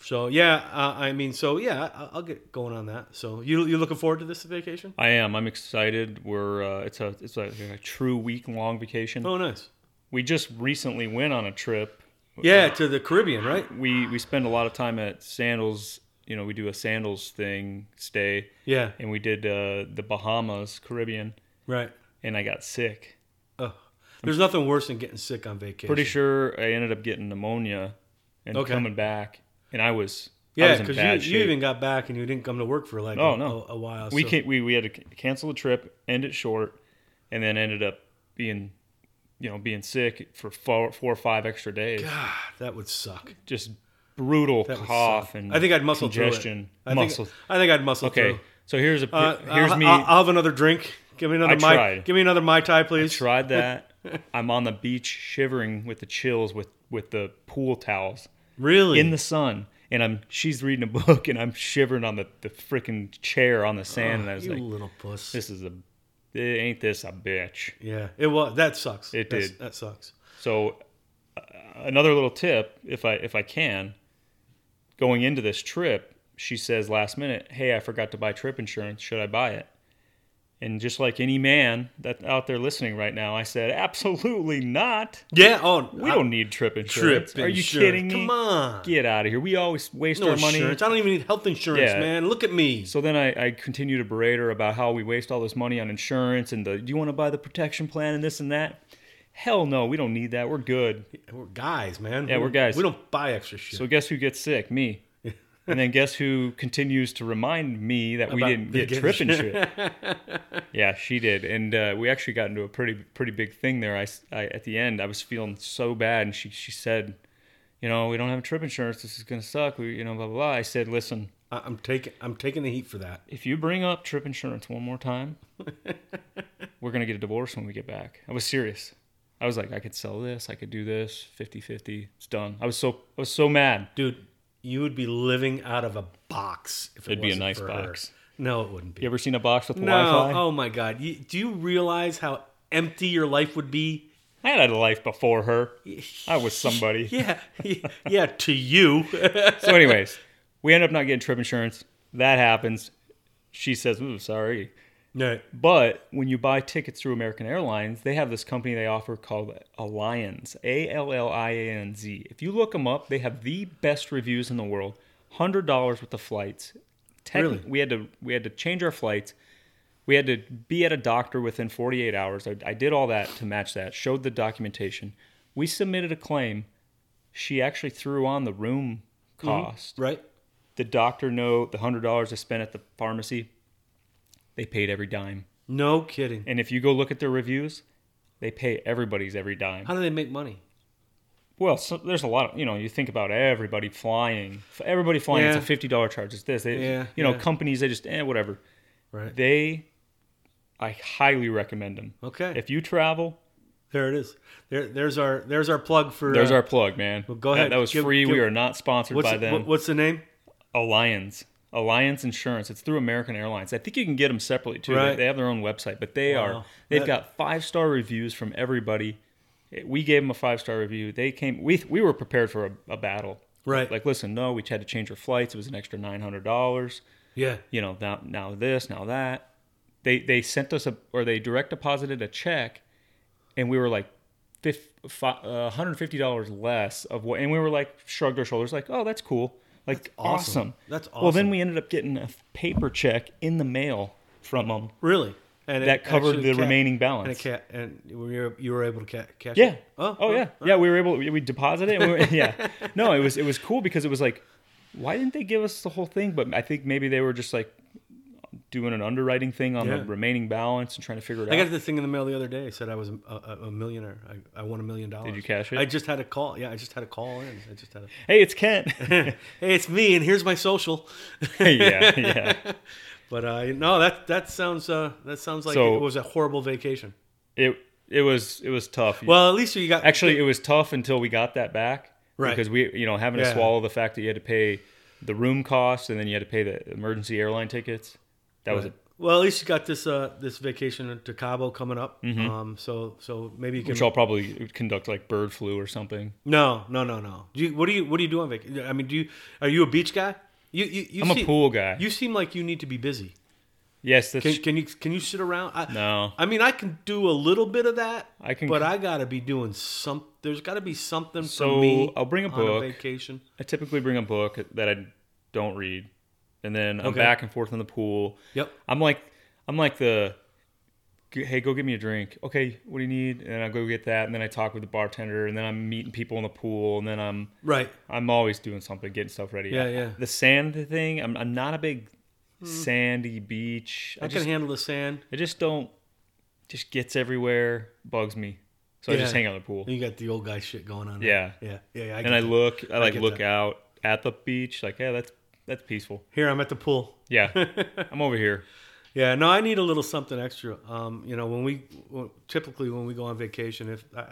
B: so yeah, uh, I mean so yeah, I- I'll get going on that. So you you looking forward to this vacation?
A: I am. I'm excited. We're uh, it's a it's a, a true week long vacation.
B: Oh, nice.
A: We just recently went on a trip. uh,
B: Yeah, to the Caribbean, right?
A: We we spend a lot of time at Sandals. You know, we do a Sandals thing stay,
B: Yeah,
A: and we did uh, the Bahamas, Caribbean,
B: right.
A: and I got sick.
B: Oh. There's nothing worse than getting sick on vacation.
A: Pretty sure I ended up getting pneumonia, and
B: Okay.
A: coming back, and I was I
B: Yeah,
A: was in
B: because you,
A: bad
B: you
A: shape.
B: even got back and you didn't come to work for like
A: Oh,
B: a,
A: no.
B: a, a while.
A: we
B: so-
A: can we we had to c- cancel the trip, end it short, and then ended up being, you know, being sick for four, four or five extra days.
B: God, that would suck.
A: Just brutal
B: That would
A: cough
B: suck.
A: and
B: I think I'd muscle
A: congestion.
B: through it. I
A: muscle.
B: Think, I think I'd muscle
A: okay,
B: through.
A: so here's a
B: Uh,
A: here's
B: I'll,
A: me.
B: I'll, I'll have another drink. Give me another.
A: I
B: mai,
A: tried.
B: Give me another mai tai, please.
A: tried that. I'm on the beach shivering with the chills with with the pool towels
B: Really?
A: in the sun. And I'm she's reading a book and I'm shivering on the, the freaking chair on the sand and I was
B: Ah, you
A: like,
B: little puss.
A: This is a ain't this a bitch.
B: yeah, it was. That sucks.
A: It
B: That's-
A: did.
B: That sucks.
A: So, uh, another little tip, if I if I can, going into this trip, she says last minute, "Hey, I forgot to buy trip insurance. Should I buy it?" And just like any man that out there listening right now, I said, "Absolutely not.
B: Yeah. Oh,
A: We
B: I-
A: don't need trip
B: trip.
A: insurance. Are you
B: insurance.
A: kidding me?
B: Come on.
A: Get out of here. We always waste
B: no
A: our money."
B: insurance. I don't even need health insurance,
A: Yeah.
B: man. Look at me.
A: So then I, I continue to berate her about how we waste all this money on insurance and the do you want to buy the protection plan and this and that? Hell no, we don't need that. We're good.
B: We're guys, man.
A: Yeah,
B: We
A: we're
B: don't-
A: guys.
B: We don't buy extra shit.
A: So guess who gets sick? Me. And then guess who continues to remind me that we
B: About
A: didn't
B: the
A: get trip and shit? yeah, she did, and uh, we actually got into a pretty pretty big thing there. I, s- I- at the end I was feeling so bad, and she she said, you know, we don't have trip insurance. This is gonna suck. We you know blah blah blah. I said, listen,
B: I, I'm taking. I'm taking the heat for that.
A: if you bring up trip insurance one more time, we're gonna get a divorce when we get back. I was serious. I was like, I could sell this. I could do this. 50-50. It's done. I was so I was so mad.
B: Dude, you would be living out of a box if it
A: It'd be a
B: wasn't
A: nice
B: for her.
A: box.
B: No, it wouldn't be.
A: You ever seen a box with
B: no,
A: Wi-Fi?
B: oh my God. You, do you realize how empty your life would be?
A: I had a life before her. I was somebody.
B: Yeah, yeah, to you.
A: So, anyways, we end up not getting trip insurance. That happens. She says, "Ooh, sorry."
B: no,
A: But when you buy tickets through American Airlines, they have this company they offer called Allianz, A L L I A N Z. If you look them up, they have the best reviews in the world. Hundred dollars worth of flights. Techni-
B: Really?
A: We had to we had to change our flights. We had to be at a doctor within 48 hours. I, I did all that to match that. Showed the documentation. We submitted a claim. She actually threw on the room cost
B: right?
A: the doctor know the hundred dollars I spent at the pharmacy, they paid every dime.
B: No kidding.
A: And if you go look at their reviews, they pay everybody's every dime.
B: How do they make money?
A: Well, so there's a lot. Of, you know, you think about everybody flying. For everybody flying, it's
B: Yeah.
A: a fifty dollar charge. It's this. They,
B: Yeah,
A: you know,
B: yeah.
A: companies they just eh, whatever.
B: Right.
A: They, I highly recommend them.
B: Okay.
A: If you travel,
B: there it is. There, there's our there's our plug for.
A: there's
B: uh,
A: our plug, man.
B: go
A: That-
B: ahead.
A: That, was
B: Give-
A: free. we
B: give-
A: are not sponsored
B: what's
A: by
B: the,
A: them.
B: what- what's the name?
A: Alliance. Alliance Insurance. It's through American Airlines. I think you can get them separately too. They-
B: Right.
A: They have their own website, but they
B: Wow.
A: are they've
B: That-
A: got five star reviews from everybody. It- We gave them a five star review. They came. We we were prepared for a, a battle.
B: Right.
A: Like, listen, no, we had to change our flights. It was an extra nine hundred dollars.
B: yeah.
A: You know, now now this, now that. They they sent us a or they direct deposited a check, and we were like. fif- fi- uh, $150 less of what, and we were like, shrugged our shoulders, like, oh, that's cool. Like,
B: awesome.
A: awesome.
B: That's awesome.
A: Well, then we ended up getting a f- paper check in the mail from them.
B: really and it
A: That covered
B: actually
A: the
B: ca-
A: remaining
B: And
A: balance.
B: it ca- and you were, you were able to ca- cash.
A: Yeah.
B: It? Oh,
A: yeah. Yeah, we were able. We, we deposited. It and we were, yeah. No, it was it was cool because it was like, why didn't they give us the whole thing? But I think maybe they were just like, doing an underwriting thing on
B: Yeah.
A: the remaining balance and trying to figure it
B: I
A: out.
B: got this thing in the mail the other day. It said I was a, a, a millionaire. I, I won a million dollars.
A: you cash it?
B: I just had a call. Yeah, I just had a call in. I just had a.
A: hey, it's Kent.
B: hey, it's me, and here's my social.
A: yeah, yeah.
B: But uh, no, that that sounds uh, that sounds like
A: So-
B: it was a horrible vacation.
A: It it was it was tough.
B: Well, at least you got
A: actually, it was tough until we got that back.
B: Right.
A: Because we, you know, having
B: Yeah.
A: to swallow the fact that you had to pay the room costs and then you had to pay the emergency airline tickets. That was a
B: Well, at least you got this uh, this vacation to Cabo coming up. Um, so so maybe you
A: Mm-hmm.
B: can.
A: Which I'll probably conduct like bird flu or something.
B: No, no, no, no. Do you, what do you what do you do on vacation? I mean, do you are you a beach guy? You, you, you
A: I'm a
B: seem-
A: pool guy.
B: You seem like you need to be busy.
A: yes, that's
B: Can, can you can you sit around? I,
A: No.
B: I mean, I can do a little bit of that.
A: I can-
B: but I gotta be doing some. There's gotta be something for
A: So,
B: me.
A: I'll bring a
B: on
A: book.
B: vacation.
A: I typically bring a book that I don't read, and then I'm
B: Okay.
A: back and forth in the pool.
B: Yep.
A: I'm like, I'm like the, g- hey, go get me a drink. Okay, what do you need? And I go get that, and then I talk with the bartender, and then I'm meeting people in the pool, and then I'm,
B: Right.
A: I'm always doing something, getting stuff ready.
B: Yeah,
A: I-
B: yeah.
A: The sand thing, I'm, I'm not a big sandy beach. I,
B: I,
A: just,
B: can handle the sand.
A: I just don't, just gets everywhere, bugs me, so I just
B: Yeah.
A: hang out in the pool.
B: You got the old guy shit going on.
A: Yeah.
B: Yeah. Yeah. yeah I
A: and I look, I like
B: get
A: look
B: that.
A: out at the beach, like, yeah, that's that's peaceful.
B: Here I'm at the pool.
A: Yeah, I'm over here.
B: Yeah, no, I need a little something extra. Um, you know, when we well, typically when we go on vacation, if I,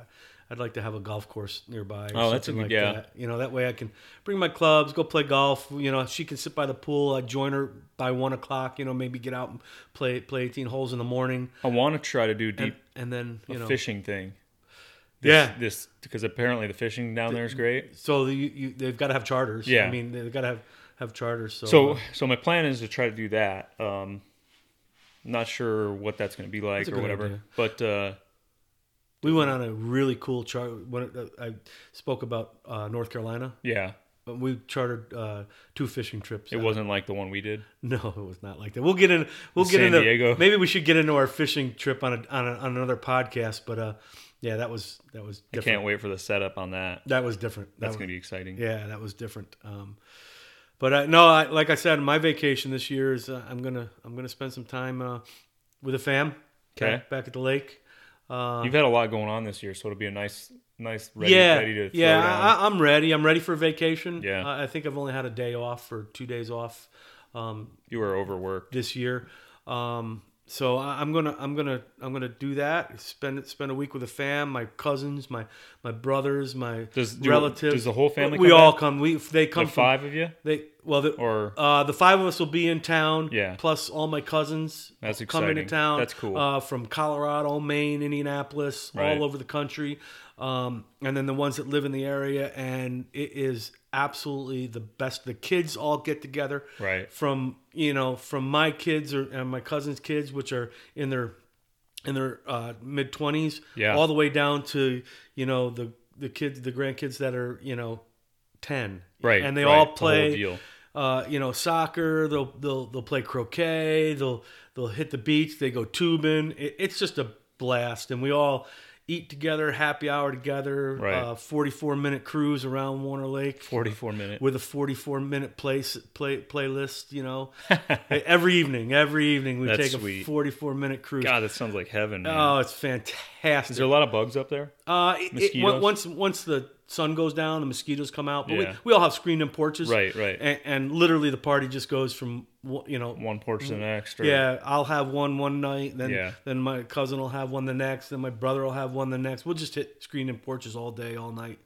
B: I'd like to have a golf course nearby. Or
A: Oh, that's a
B: something
A: good-
B: like
A: yeah.
B: That. You know, that way I can bring my clubs, go play golf. You know, she can sit by the pool. I join her by one o'clock. You know, maybe get out and play play eighteen holes in the morning,
A: I want to try to do deep
B: and, and then you know,
A: fishing thing. This,
B: yeah.
A: this because apparently the fishing down there is great.
B: So the, you, you, they've got to have charters.
A: Yeah.
B: I mean they've got to have have charters. So, uh,
A: So so my plan is to try to do that. Um, not sure what that's going to be like
B: That's a
A: or
B: good
A: whatever,
B: idea.
A: but uh,
B: we went on a really cool chart. When it- I spoke about uh, North Carolina,
A: yeah,
B: but we chartered uh, two fishing trips.
A: it wasn't like the one we did.
B: No, it was not like that. We'll get in. We'll get
A: San
B: into.
A: Diego.
B: Maybe we should get into our fishing trip on a, on, a, on another podcast. But uh, yeah, that was that was
A: I
B: different.
A: can't wait for the setup on that.
B: That was different. That
A: That's
B: was,
A: going to be exciting.
B: yeah, that was different. Um, but I, no, I, like I said, my vacation this year is uh, I'm gonna I'm gonna spend some time uh, with the fam.
A: Okay.
B: Back, back at the lake. Uh,
A: You've had a lot going on this year, so it'll be a nice, nice ready,
B: yeah,
A: ready to throw
B: yeah.
A: down.
B: I, I'm ready. I'm ready for vacation.
A: Yeah.
B: Uh, I think I've only had a day off or two days off. Um,
A: you were overworked.
B: this year. Um, so I, I'm gonna I'm gonna I'm gonna do that. Spend spend a week with the fam, my cousins, my my brothers, my
A: Does- do-
B: relatives.
A: does the whole family
B: We
A: come
B: all come. We they
A: The
B: come from
A: five of you,
B: they well the,
A: or
B: uh, the five of us will be in town.
A: Yeah.
B: Plus all my cousins.
A: That's
B: Coming to
A: exciting.
B: town.
A: That's cool.
B: Uh, from Colorado, Maine, Indianapolis,
A: Right.
B: all over the country, um, and then the ones that live in the area. And it is absolutely the best. The kids all get together.
A: Right.
B: From you know from my kids or and my cousins' kids, which are in their in their uh, mid twenties,
A: Yeah.
B: all the way down to you know the the kids, the grandkids that are you know ten,
A: Right,
B: And they
A: right,
B: all
A: the whole
B: play
A: deal.
B: uh, you know, soccer. They'll they'll they'll play croquet. They'll they'll hit the beach. They go tubing. It, it's just a blast, and we all eat together, happy hour together.
A: Right.
B: Uh, Forty-four minute cruise around Warner Lake.
A: forty-four minutes.
B: With a 44 minute place play playlist, you know, every evening, every evening we
A: That's
B: take a
A: sweet.
B: 44 minute cruise.
A: God, that sounds like heaven. Man.
B: Oh, it's
A: Is
B: fantastic.
A: there a lot of bugs up there?
B: Uh, it- it,
A: Mosquitoes?
B: once once the sun goes down, the mosquitoes come out. But
A: Yeah.
B: we, we all have screened-in porches,
A: Right, right.
B: And, and literally, the party just goes from wh- you know,
A: One porch to the next. Or,
B: Mm. yeah, I'll have one one night, then
A: Yeah.
B: then my cousin will have one the next, then my brother will have one the next. We'll just hit screened-in porches all day, all night.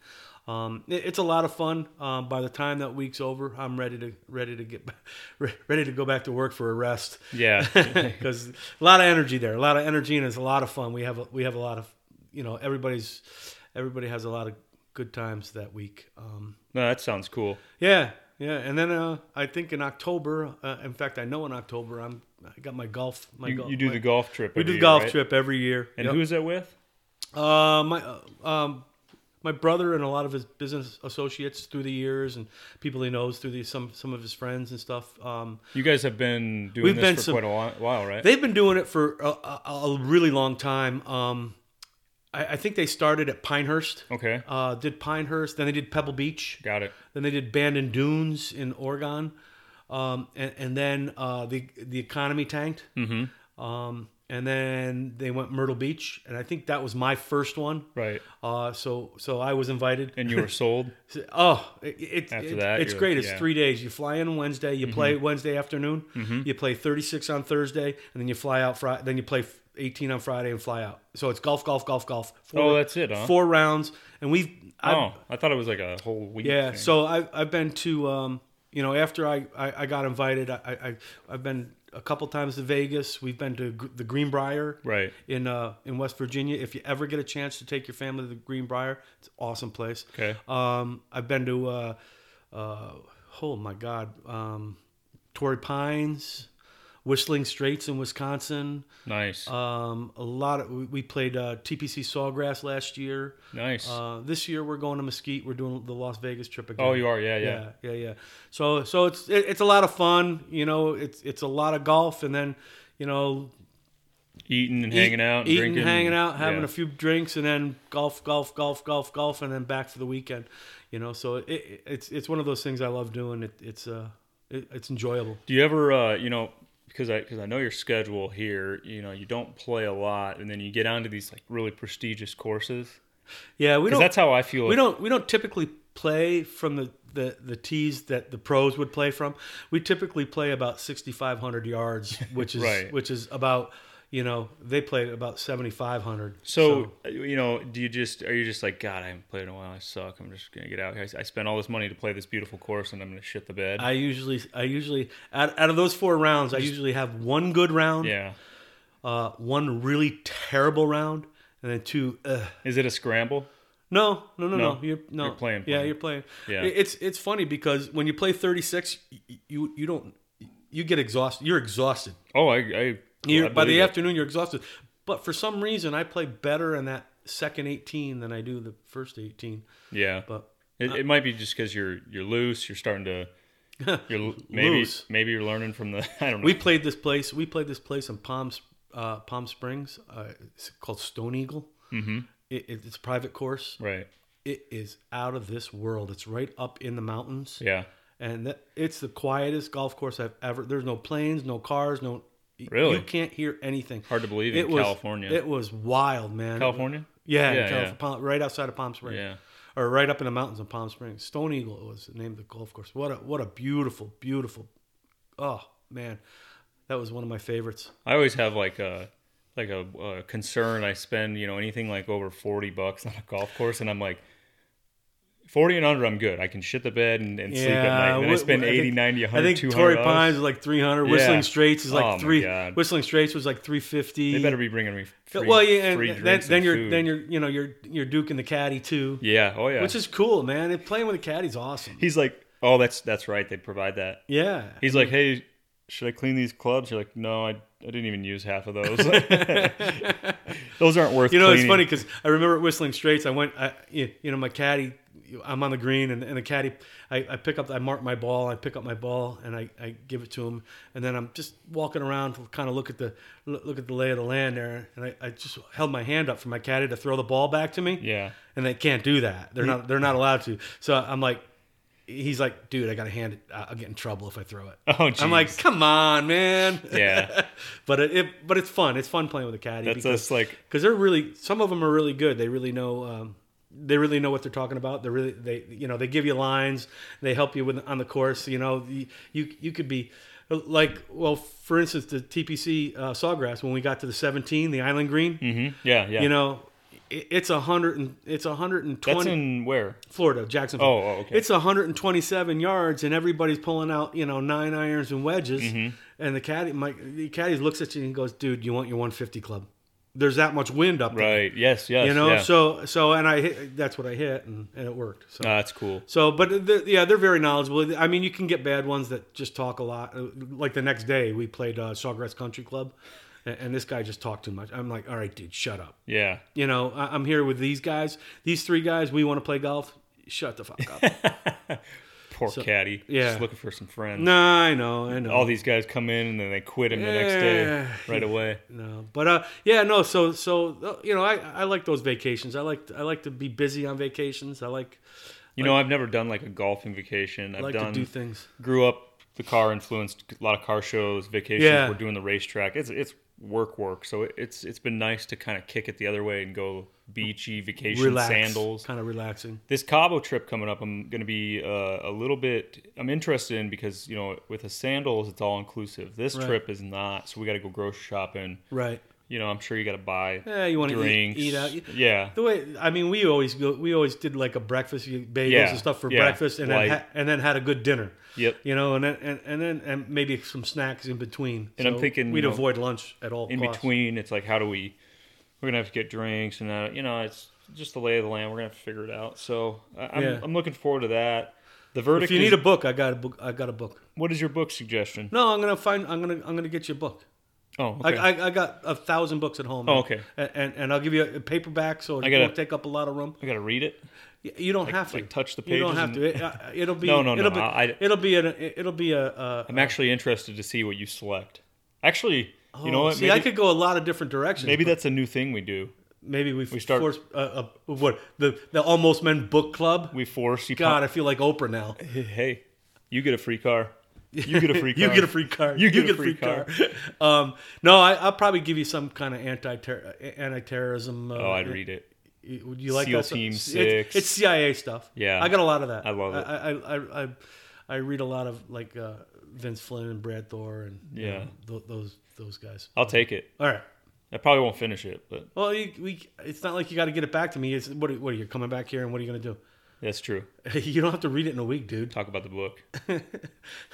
B: Um, it- it's a lot of fun. Um, by the time that week's over, I'm ready to ready to get ba- re- ready to go back to work for a rest
A: yeah.
B: because a lot of energy there, a lot of energy, and it's a lot of fun. We have a, we have a lot of, you know, everybody's everybody has a lot of good times that week. Um,
A: No, that sounds cool.
B: yeah, yeah, and then uh, I think in October, uh, in fact, I know in October, I'm I got my golf. My
A: You,
B: golf,
A: you do
B: my-
A: the golf trip.
B: we
A: every
B: do the
A: year,
B: golf
A: right?
B: trip every year.
A: And
B: Yep.
A: who is that with?
B: Uh, my uh, um, my brother and a lot of his business associates through the years and people he knows through the, some some of his friends and stuff. Um,
A: You guys have been doing
B: We've
A: this
B: been
A: for
B: some-
A: quite a while, while, right?
B: They've been doing it for a, a, a really long time. Um, I, I think they started at Pinehurst.
A: okay,
B: Uh, did Pinehurst, then they did Pebble Beach,
A: got it.
B: then they did Bandon Dunes in Oregon. Um, and, and then uh, the the economy tanked. Mm-hmm. Um, and then they went Myrtle Beach, and I think that was my first one.
A: Right.
B: Uh, so so I was invited.
A: And you were sold.
B: Oh, it, it's
A: After
B: it-
A: that,
B: it's
A: you're-
B: great. It's
A: yeah. Mm-hmm.
B: three days. You fly in Wednesday, you play Wednesday afternoon, you play 36 on Thursday, and then you fly out Friday. Then you play 18 on Friday and fly out. So it's golf, golf, golf, golf. Four,
A: Oh, that's it, huh?
B: Four rounds, and we've I've,
A: oh, I thought it was like a whole week.
B: yeah.
A: thing.
B: So I've I've been to um you know after I I, I got invited I, I I've been a couple times to Vegas. We've been to Gr- the Greenbrier
A: Right.
B: in uh in West Virginia. If you ever get a chance to take your family to the Greenbrier, it's an awesome place.
A: Okay.
B: Um, I've been to uh, uh, oh my God, um, Torrey Pines, Whistling Straits in Wisconsin.
A: Nice.
B: Um, a lot of we- we played uh, TPC Sawgrass last year.
A: nice.
B: Uh, this year we're going to Mesquite. We're doing the Las Vegas trip again.
A: oh, you are. Yeah, yeah.
B: yeah, yeah, yeah. So, so it's it, it's a lot of fun. You know, it's it's a lot of golf, and then you know,
A: Eating and
B: eat-
A: hanging out, and
B: eating,
A: drinking,
B: hanging
A: and-
B: out, having
A: yeah.
B: a few drinks, and then golf, golf, golf, golf, golf, and then back for the weekend. You know, so it- it, it's it's one of those things I love doing. It, it's uh, it, it's enjoyable.
A: Do you ever, uh, you know, because I because I know your schedule here, you know, you don't play a lot, and then you get onto these like really prestigious courses.
B: Yeah, we
A: Because
B: don't.
A: that's how I feel.
B: we
A: like-
B: don't we don't typically play from the the, the tees that the pros would play from. We typically play about 6500 yards, which is
A: Right.
B: which is about you know, they play about 7500.
A: So, uh, you know, do you just are you just like God? I haven't played in a while. I suck. I'm just gonna get out. here. I, I spent all this money to play this beautiful course, and I'm gonna shit the bed.
B: I usually I usually out, out of those four rounds, I usually have one good round,
A: yeah.
B: uh one really terrible round, and then two uh,
A: Is it a scramble?
B: No, no, no, no.
A: No.
B: You're no
A: You're playing,
B: Yeah,
A: playing.
B: you're playing.
A: Yeah.
B: I- It's it's funny because when you play 36, you you, you don't you get exhausted. You're exhausted.
A: Oh, I. I
B: You're,
A: I
B: by the
A: believe it.
B: afternoon, you're exhausted. But for some reason, I play better in that second 18 than I do the first 18.
A: Yeah.
B: But
A: It, it might be just because you're you're loose. You're starting to you're l- maybe
B: Loose.
A: maybe you're learning from the I don't know.
B: we played this place. We played this place in Palm uh, Palm Springs. Uh, it's called Stone Eagle. Mm-hmm. It, it, it's a private course.
A: right.
B: It is out of this world. It's right up in the mountains.
A: Yeah.
B: and that, it's the quietest golf course I've ever. There's no planes, no cars, no.
A: Really?
B: you can't hear anything.
A: Hard to believe in California.
B: It was wild, man.
A: California.
B: Yeah,
A: Yeah,
B: in Calif-
A: yeah.
B: Palm, right outside of Palm Springs.
A: Yeah.
B: Or right up in the mountains of Palm Springs. Stone Eagle was the name of the golf course. What a what a beautiful, beautiful. Oh man, that was one of my favorites.
A: I always have like a like a, a concern. I spend you know anything like over forty bucks on a golf course, and I'm like. 40 and under, I'm good. I can shit the bed and, and sleep at night. And then I
B: what-
A: spend
B: what-
A: 80,
B: think-
A: 90, 100,
B: I think
A: 200
B: Torrey
A: dollars.
B: Pines is like 300.
A: Yeah.
B: Whistling Straits is like
A: Oh, my
B: three.
A: God.
B: Whistling Straits was like 350.
A: They better be bringing me free,
B: well, yeah, and
A: free
B: then,
A: drinks
B: then
A: and
B: you're
A: food.
B: then you're you know you're you're duking the caddy too,
A: Yeah. Oh, yeah.
B: which is cool, man. And playing with a caddy's awesome.
A: He's like, oh, that's that's right. They provide that.
B: Yeah,
A: He's like, hey, should I clean these clubs? You're like, no, I, I didn't even use half of those. those aren't worth.
B: you know it's
A: cleaning.
B: funny because I remember at Whistling Straits, I went, I you you know my caddy, I'm on the green and, and the caddy, I, I pick up, I mark my ball, I pick up my ball and I, I give it to him, and then I'm just walking around to kind of look at the look look at the lay of the land there, and I, I just held my hand up for my caddy to throw the ball back to me.
A: Yeah.
B: and they can't do that. They're not. They're not allowed to. So I'm like, he's like, dude, I gotta hand it. I'll get in trouble if I throw it.
A: Oh,
B: I'm like, come on, man.
A: Yeah.
B: but it, it, but it's fun. It's fun playing with a caddy
A: That's us, like-
B: because they're really some of them are really good. They really know. Um, they really know what they're talking about. They really they you know they give you lines. They help you with on the course. You know you you, you could be. Like well, for instance, the TPC uh, Sawgrass. When we got to the 17, the Island Green,
A: Mhm. Yeah. Yeah.
B: you know, it, it's a hundred and it's a hundred and
A: that's
B: twenty.
A: in where?
B: Florida, Jacksonville.
A: Oh, oh, okay.
B: It's 127 yards, and everybody's pulling out, you know, nine irons and wedges.
A: Mm-hmm.
B: And the caddy, my the caddy looks at you and goes, "Dude, you want your 150 club? There's that much wind up there,
A: Right. Yes. Yes.
B: you know."
A: Yeah.
B: So, so, and I hit. That's what I hit, and, and it worked. So,
A: Ah, that's cool.
B: so, but they're, yeah, they're very knowledgeable. I mean, you can get bad ones that just talk a lot. Uh, Like the next day, we played uh, Sawgrass Country Club, and, and this guy just talked too much. I'm like, "All right, dude, shut up."
A: Yeah.
B: you know, I, I'm here with these guys, these three guys. We want to play golf. Shut the fuck up.
A: Poor caddy.
B: yeah.
A: Just looking for some friends.
B: nah, I know, I know.
A: All these guys come in and then they quit him the next day
B: Yeah.
A: right away.
B: no, but uh, yeah, no. So, so uh, you know, I, I like those vacations. I like I like to be busy on vacations. I like
A: You know, I've never done like a golfing vacation. I've
B: I like
A: done
B: to do things.
A: grew up the car influenced a lot of car shows, vacations.
B: Yeah.
A: We're doing the racetrack. It's it's work work. So it, it's it's been nice to kind of kick it the other way and go beachy vacation
B: Relax,
A: sandals.
B: kind of relaxing.
A: This Cabo trip coming up, I'm going to be uh, a little bit. I'm interested in because you know with the sandals, it's all inclusive. This
B: Right.
A: trip is not. So we got to go grocery shopping.
B: Right.
A: You know, I'm sure you got to buy
B: Yeah, you want to eat,
A: drinks.
B: eat out.
A: Yeah.
B: The way I mean, we always go, we always did like a breakfast you- bagels
A: Yeah,
B: and stuff for
A: yeah,
B: breakfast, and then
A: light.
B: ha- and then had a good dinner.
A: Yep.
B: You know, and then and, and then and maybe some snacks in between.
A: And I'm thinking,
B: we'd
A: you know,
B: avoid lunch at all.
A: in
B: costs.
A: between it's like how do we we're gonna have to get drinks and uh, you know it's just the lay of the land we're gonna have to figure it out so I, I'm,
B: Yeah.
A: I'm looking forward to that the
B: If
A: verdict
B: you
A: is,
B: need a book, I got a book. I got a book.
A: what is your book suggestion
B: No, I'm gonna find. I'm gonna. I'm gonna get you a book.
A: oh okay.
B: I, I, I got a thousand books at home.
A: Oh,
B: man.
A: okay.
B: And, and and I'll give you a paperback, so it
A: gotta-
B: won't take up a lot of room.
A: I gotta read it
B: Y- You don't have to
A: like, touch the
B: You don't
A: pages
B: have
A: and-
B: to. It, uh, it'll be.
A: No, no, no,
B: it'll Be,
A: no, I-
B: it'll be. An, it'll be a. a
A: i'm actually interested to see what you select actually you know what
B: Oh, See,
A: maybe,
B: I could go a lot of different directions.
A: maybe that's a new thing we do
B: Maybe we,
A: start-
B: force uh, uh, what the the Almost Men book club.
A: we force you
B: God, I feel like Oprah now.
A: hey you get a free car you get a free car
B: you get a free car.
A: You get a free car.
B: car. um, no, I, I'll probably give you some kind of anti anti terrorism. Uh,
A: oh i'd read it
B: You, would you like
A: SEAL
B: that stuff?
A: Team
B: It's-
A: Six.
B: It's, CIA stuff.
A: Yeah.
B: I got a lot of that.
A: I love it.
B: I I I, I, I read a lot of like uh, Vince Flynn and Brad Thor and you
A: Yeah.
B: know, tho- those those guys.
A: i'll take it
B: All right.
A: i probably won't finish it but
B: Well, you, we it's not like you got to get it back to me. It's what are- what are you coming back here and what are you gonna do?
A: that's true
B: You don't have to read it in a week, dude.
A: talk about the book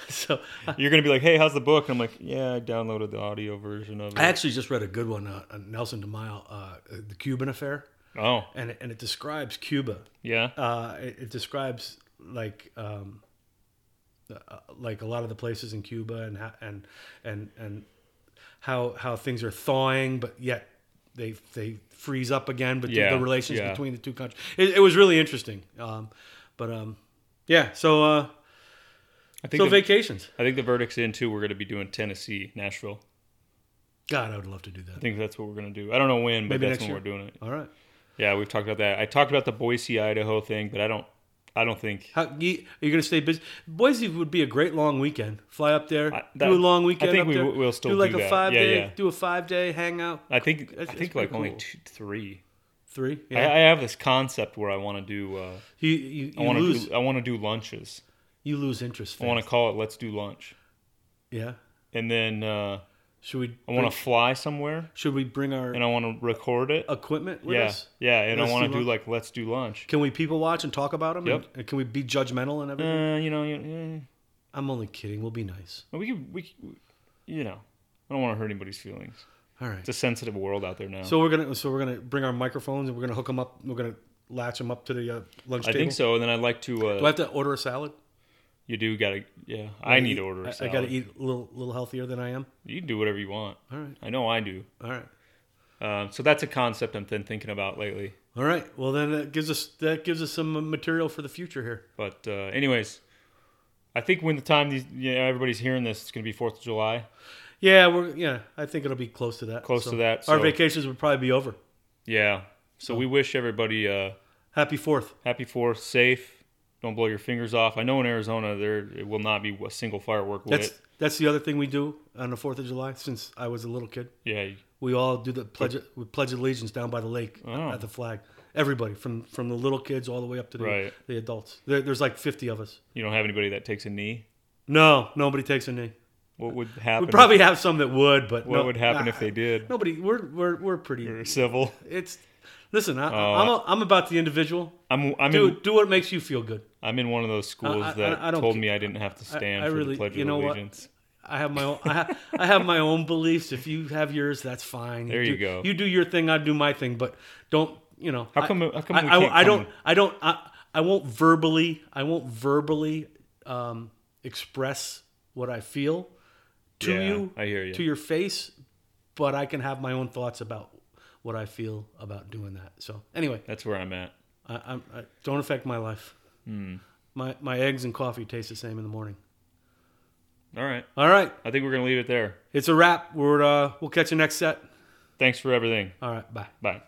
B: So I
A: you're gonna be like, "Hey, how's the book?" And I'm like, "Yeah, I downloaded the audio version of it."
B: actually just read a good one, uh, uh, Nelson de Mille, uh, "The Cuban Affair,"
A: oh,
B: and it, and it describes Cuba.
A: yeah,
B: Uh, it, it describes like um, uh, like a lot of the places in Cuba and how, and and and how how things are thawing, but yet they they freeze up again. But the-
A: Yeah,
B: the relations
A: yeah.
B: between the two countries, it, it was really interesting. Um, but um, yeah, so uh,
A: I think
B: so
A: the,
B: vacations.
A: I think the verdict's in too. We're gonna be doing Tennessee, Nashville.
B: God, I would love to do
A: I
B: that.
A: think that's what we're gonna do. I don't know when, but
B: Maybe
A: that's
B: next
A: when
B: year?
A: we're doing it.
B: All right.
A: Yeah, we've talked about that. I talked about the Boise, Idaho thing, but I don't, I don't think
B: How, you, are you going to stay busy? Boise would be a great long weekend. Fly up there,
A: I- that-
B: do a long
A: I
B: weekend.
A: think
B: up
A: we
B: there,
A: w- we'll still
B: do like
A: do
B: a
A: that.
B: five
A: Yeah,
B: day,
A: yeah.
B: do a five day hangout.
A: I think
B: That's-
A: I
B: that's
A: think like
B: pretty
A: only
B: cool.
A: two, three.
B: Three.
A: I,
B: Yeah.
A: I have this concept where I want to do, uh,
B: you you,
A: I
B: you
A: want
B: lose
A: to, do, I want to do lunches.
B: you lose interest.
A: I want
B: fast.
A: to call it "Let's Do Lunch,"
B: yeah.
A: and then uh,
B: Should we?
A: I want
B: bring-
A: to fly somewhere
B: Should we bring our
A: and I want to record it.
B: equipment with
A: Yeah,
B: us?
A: yeah, and I
B: Let's
A: want
B: do
A: to do
B: lunch.
A: like "Let's Do Lunch."
B: Can we people watch and talk about them?
A: Yep.
B: And, can we be judgmental and everything?
A: Uh, you know, you,
B: I'm only kidding. We'll be nice.
A: eh, we could, we, could- you know, I don't want to hurt anybody's feelings.
B: All right.
A: It's a sensitive world out there now.
B: So we're gonna so we're gonna bring our microphones and we're gonna hook them up. We're gonna latch them up to the uh, lunch
A: I
B: table.
A: think so. And then I'd like to.
B: Do I
A: Uh,
B: have to order a salad?
A: you do gotta. Yeah, I need to order.
B: I-
A: A
B: I gotta
A: salad.
B: eat a little, little healthier than I am.
A: You can do whatever you want.
B: All right,
A: I know I do.
B: all right,
A: Um, so that's a concept I've been thinking about lately.
B: all right. Well, then that gives us that gives us some material for the future here.
A: But uh, anyways, I think when the time these, you know, everybody's hearing this, it's gonna be Fourth of July.
B: Yeah, we're yeah. I think it'll be close to that.
A: Close to that,
B: Our
A: so-
B: vacations would probably be over.
A: Yeah. So we wish everybody uh,
B: Happy Fourth.
A: happy Fourth, safe. Don't blow your fingers off. I know in Arizona there it will not be a single firework lit.
B: That's that's the other thing we do on the Fourth of July. Since I was a little kid,
A: yeah. you-
B: we all do the pledge we pledge allegiance down by the lake
A: Oh.
B: at the flag. Everybody from from the little kids all the way up to the
A: Right.
B: the adults. There, there's like 50 of us.
A: You don't have anybody that takes a knee.
B: No, nobody takes a knee.
A: What would happen?
B: We probably have some that would, but
A: what
B: no-
A: would happen
B: nah.
A: if they did?
B: Nobody, we're we're we're pretty.
A: Or Civil.
B: It's listen, I,
A: Oh,
B: I'm a, I'm about the individual.
A: I'm I'm
B: Do
A: in
B: do what makes you feel good.
A: I'm in one of those schools
B: I- I-
A: that
B: I don't
A: told
B: ca-
A: me I didn't have to stand
B: I
A: for
B: really-
A: the Pledge
B: you
A: of
B: know what?
A: Allegiance.
B: I have my own. I, ha- I have my own beliefs. If you have yours, that's fine.
A: There you
B: do-
A: go.
B: You do your thing. I do my thing. But don't you know?
A: How come-
B: I,
A: how come
B: I,
A: we
B: I-
A: can't
B: I
A: come
B: don't.
A: and-
B: I don't. I, I won't verbally. I won't verbally um, express what I feel to
A: Yeah,
B: you.
A: I hear you.
B: To your face, but I can have my own thoughts about what I feel about doing that. So anyway,
A: That's where I'm at.
B: I, I'm, I don't affect my life. My my eggs and coffee taste the same in the morning.
A: All right.
B: All right,
A: I think we're gonna leave it there.
B: it's a wrap. We're uh, we'll catch you next set.
A: Thanks for everything.
B: All right, bye.
A: Bye.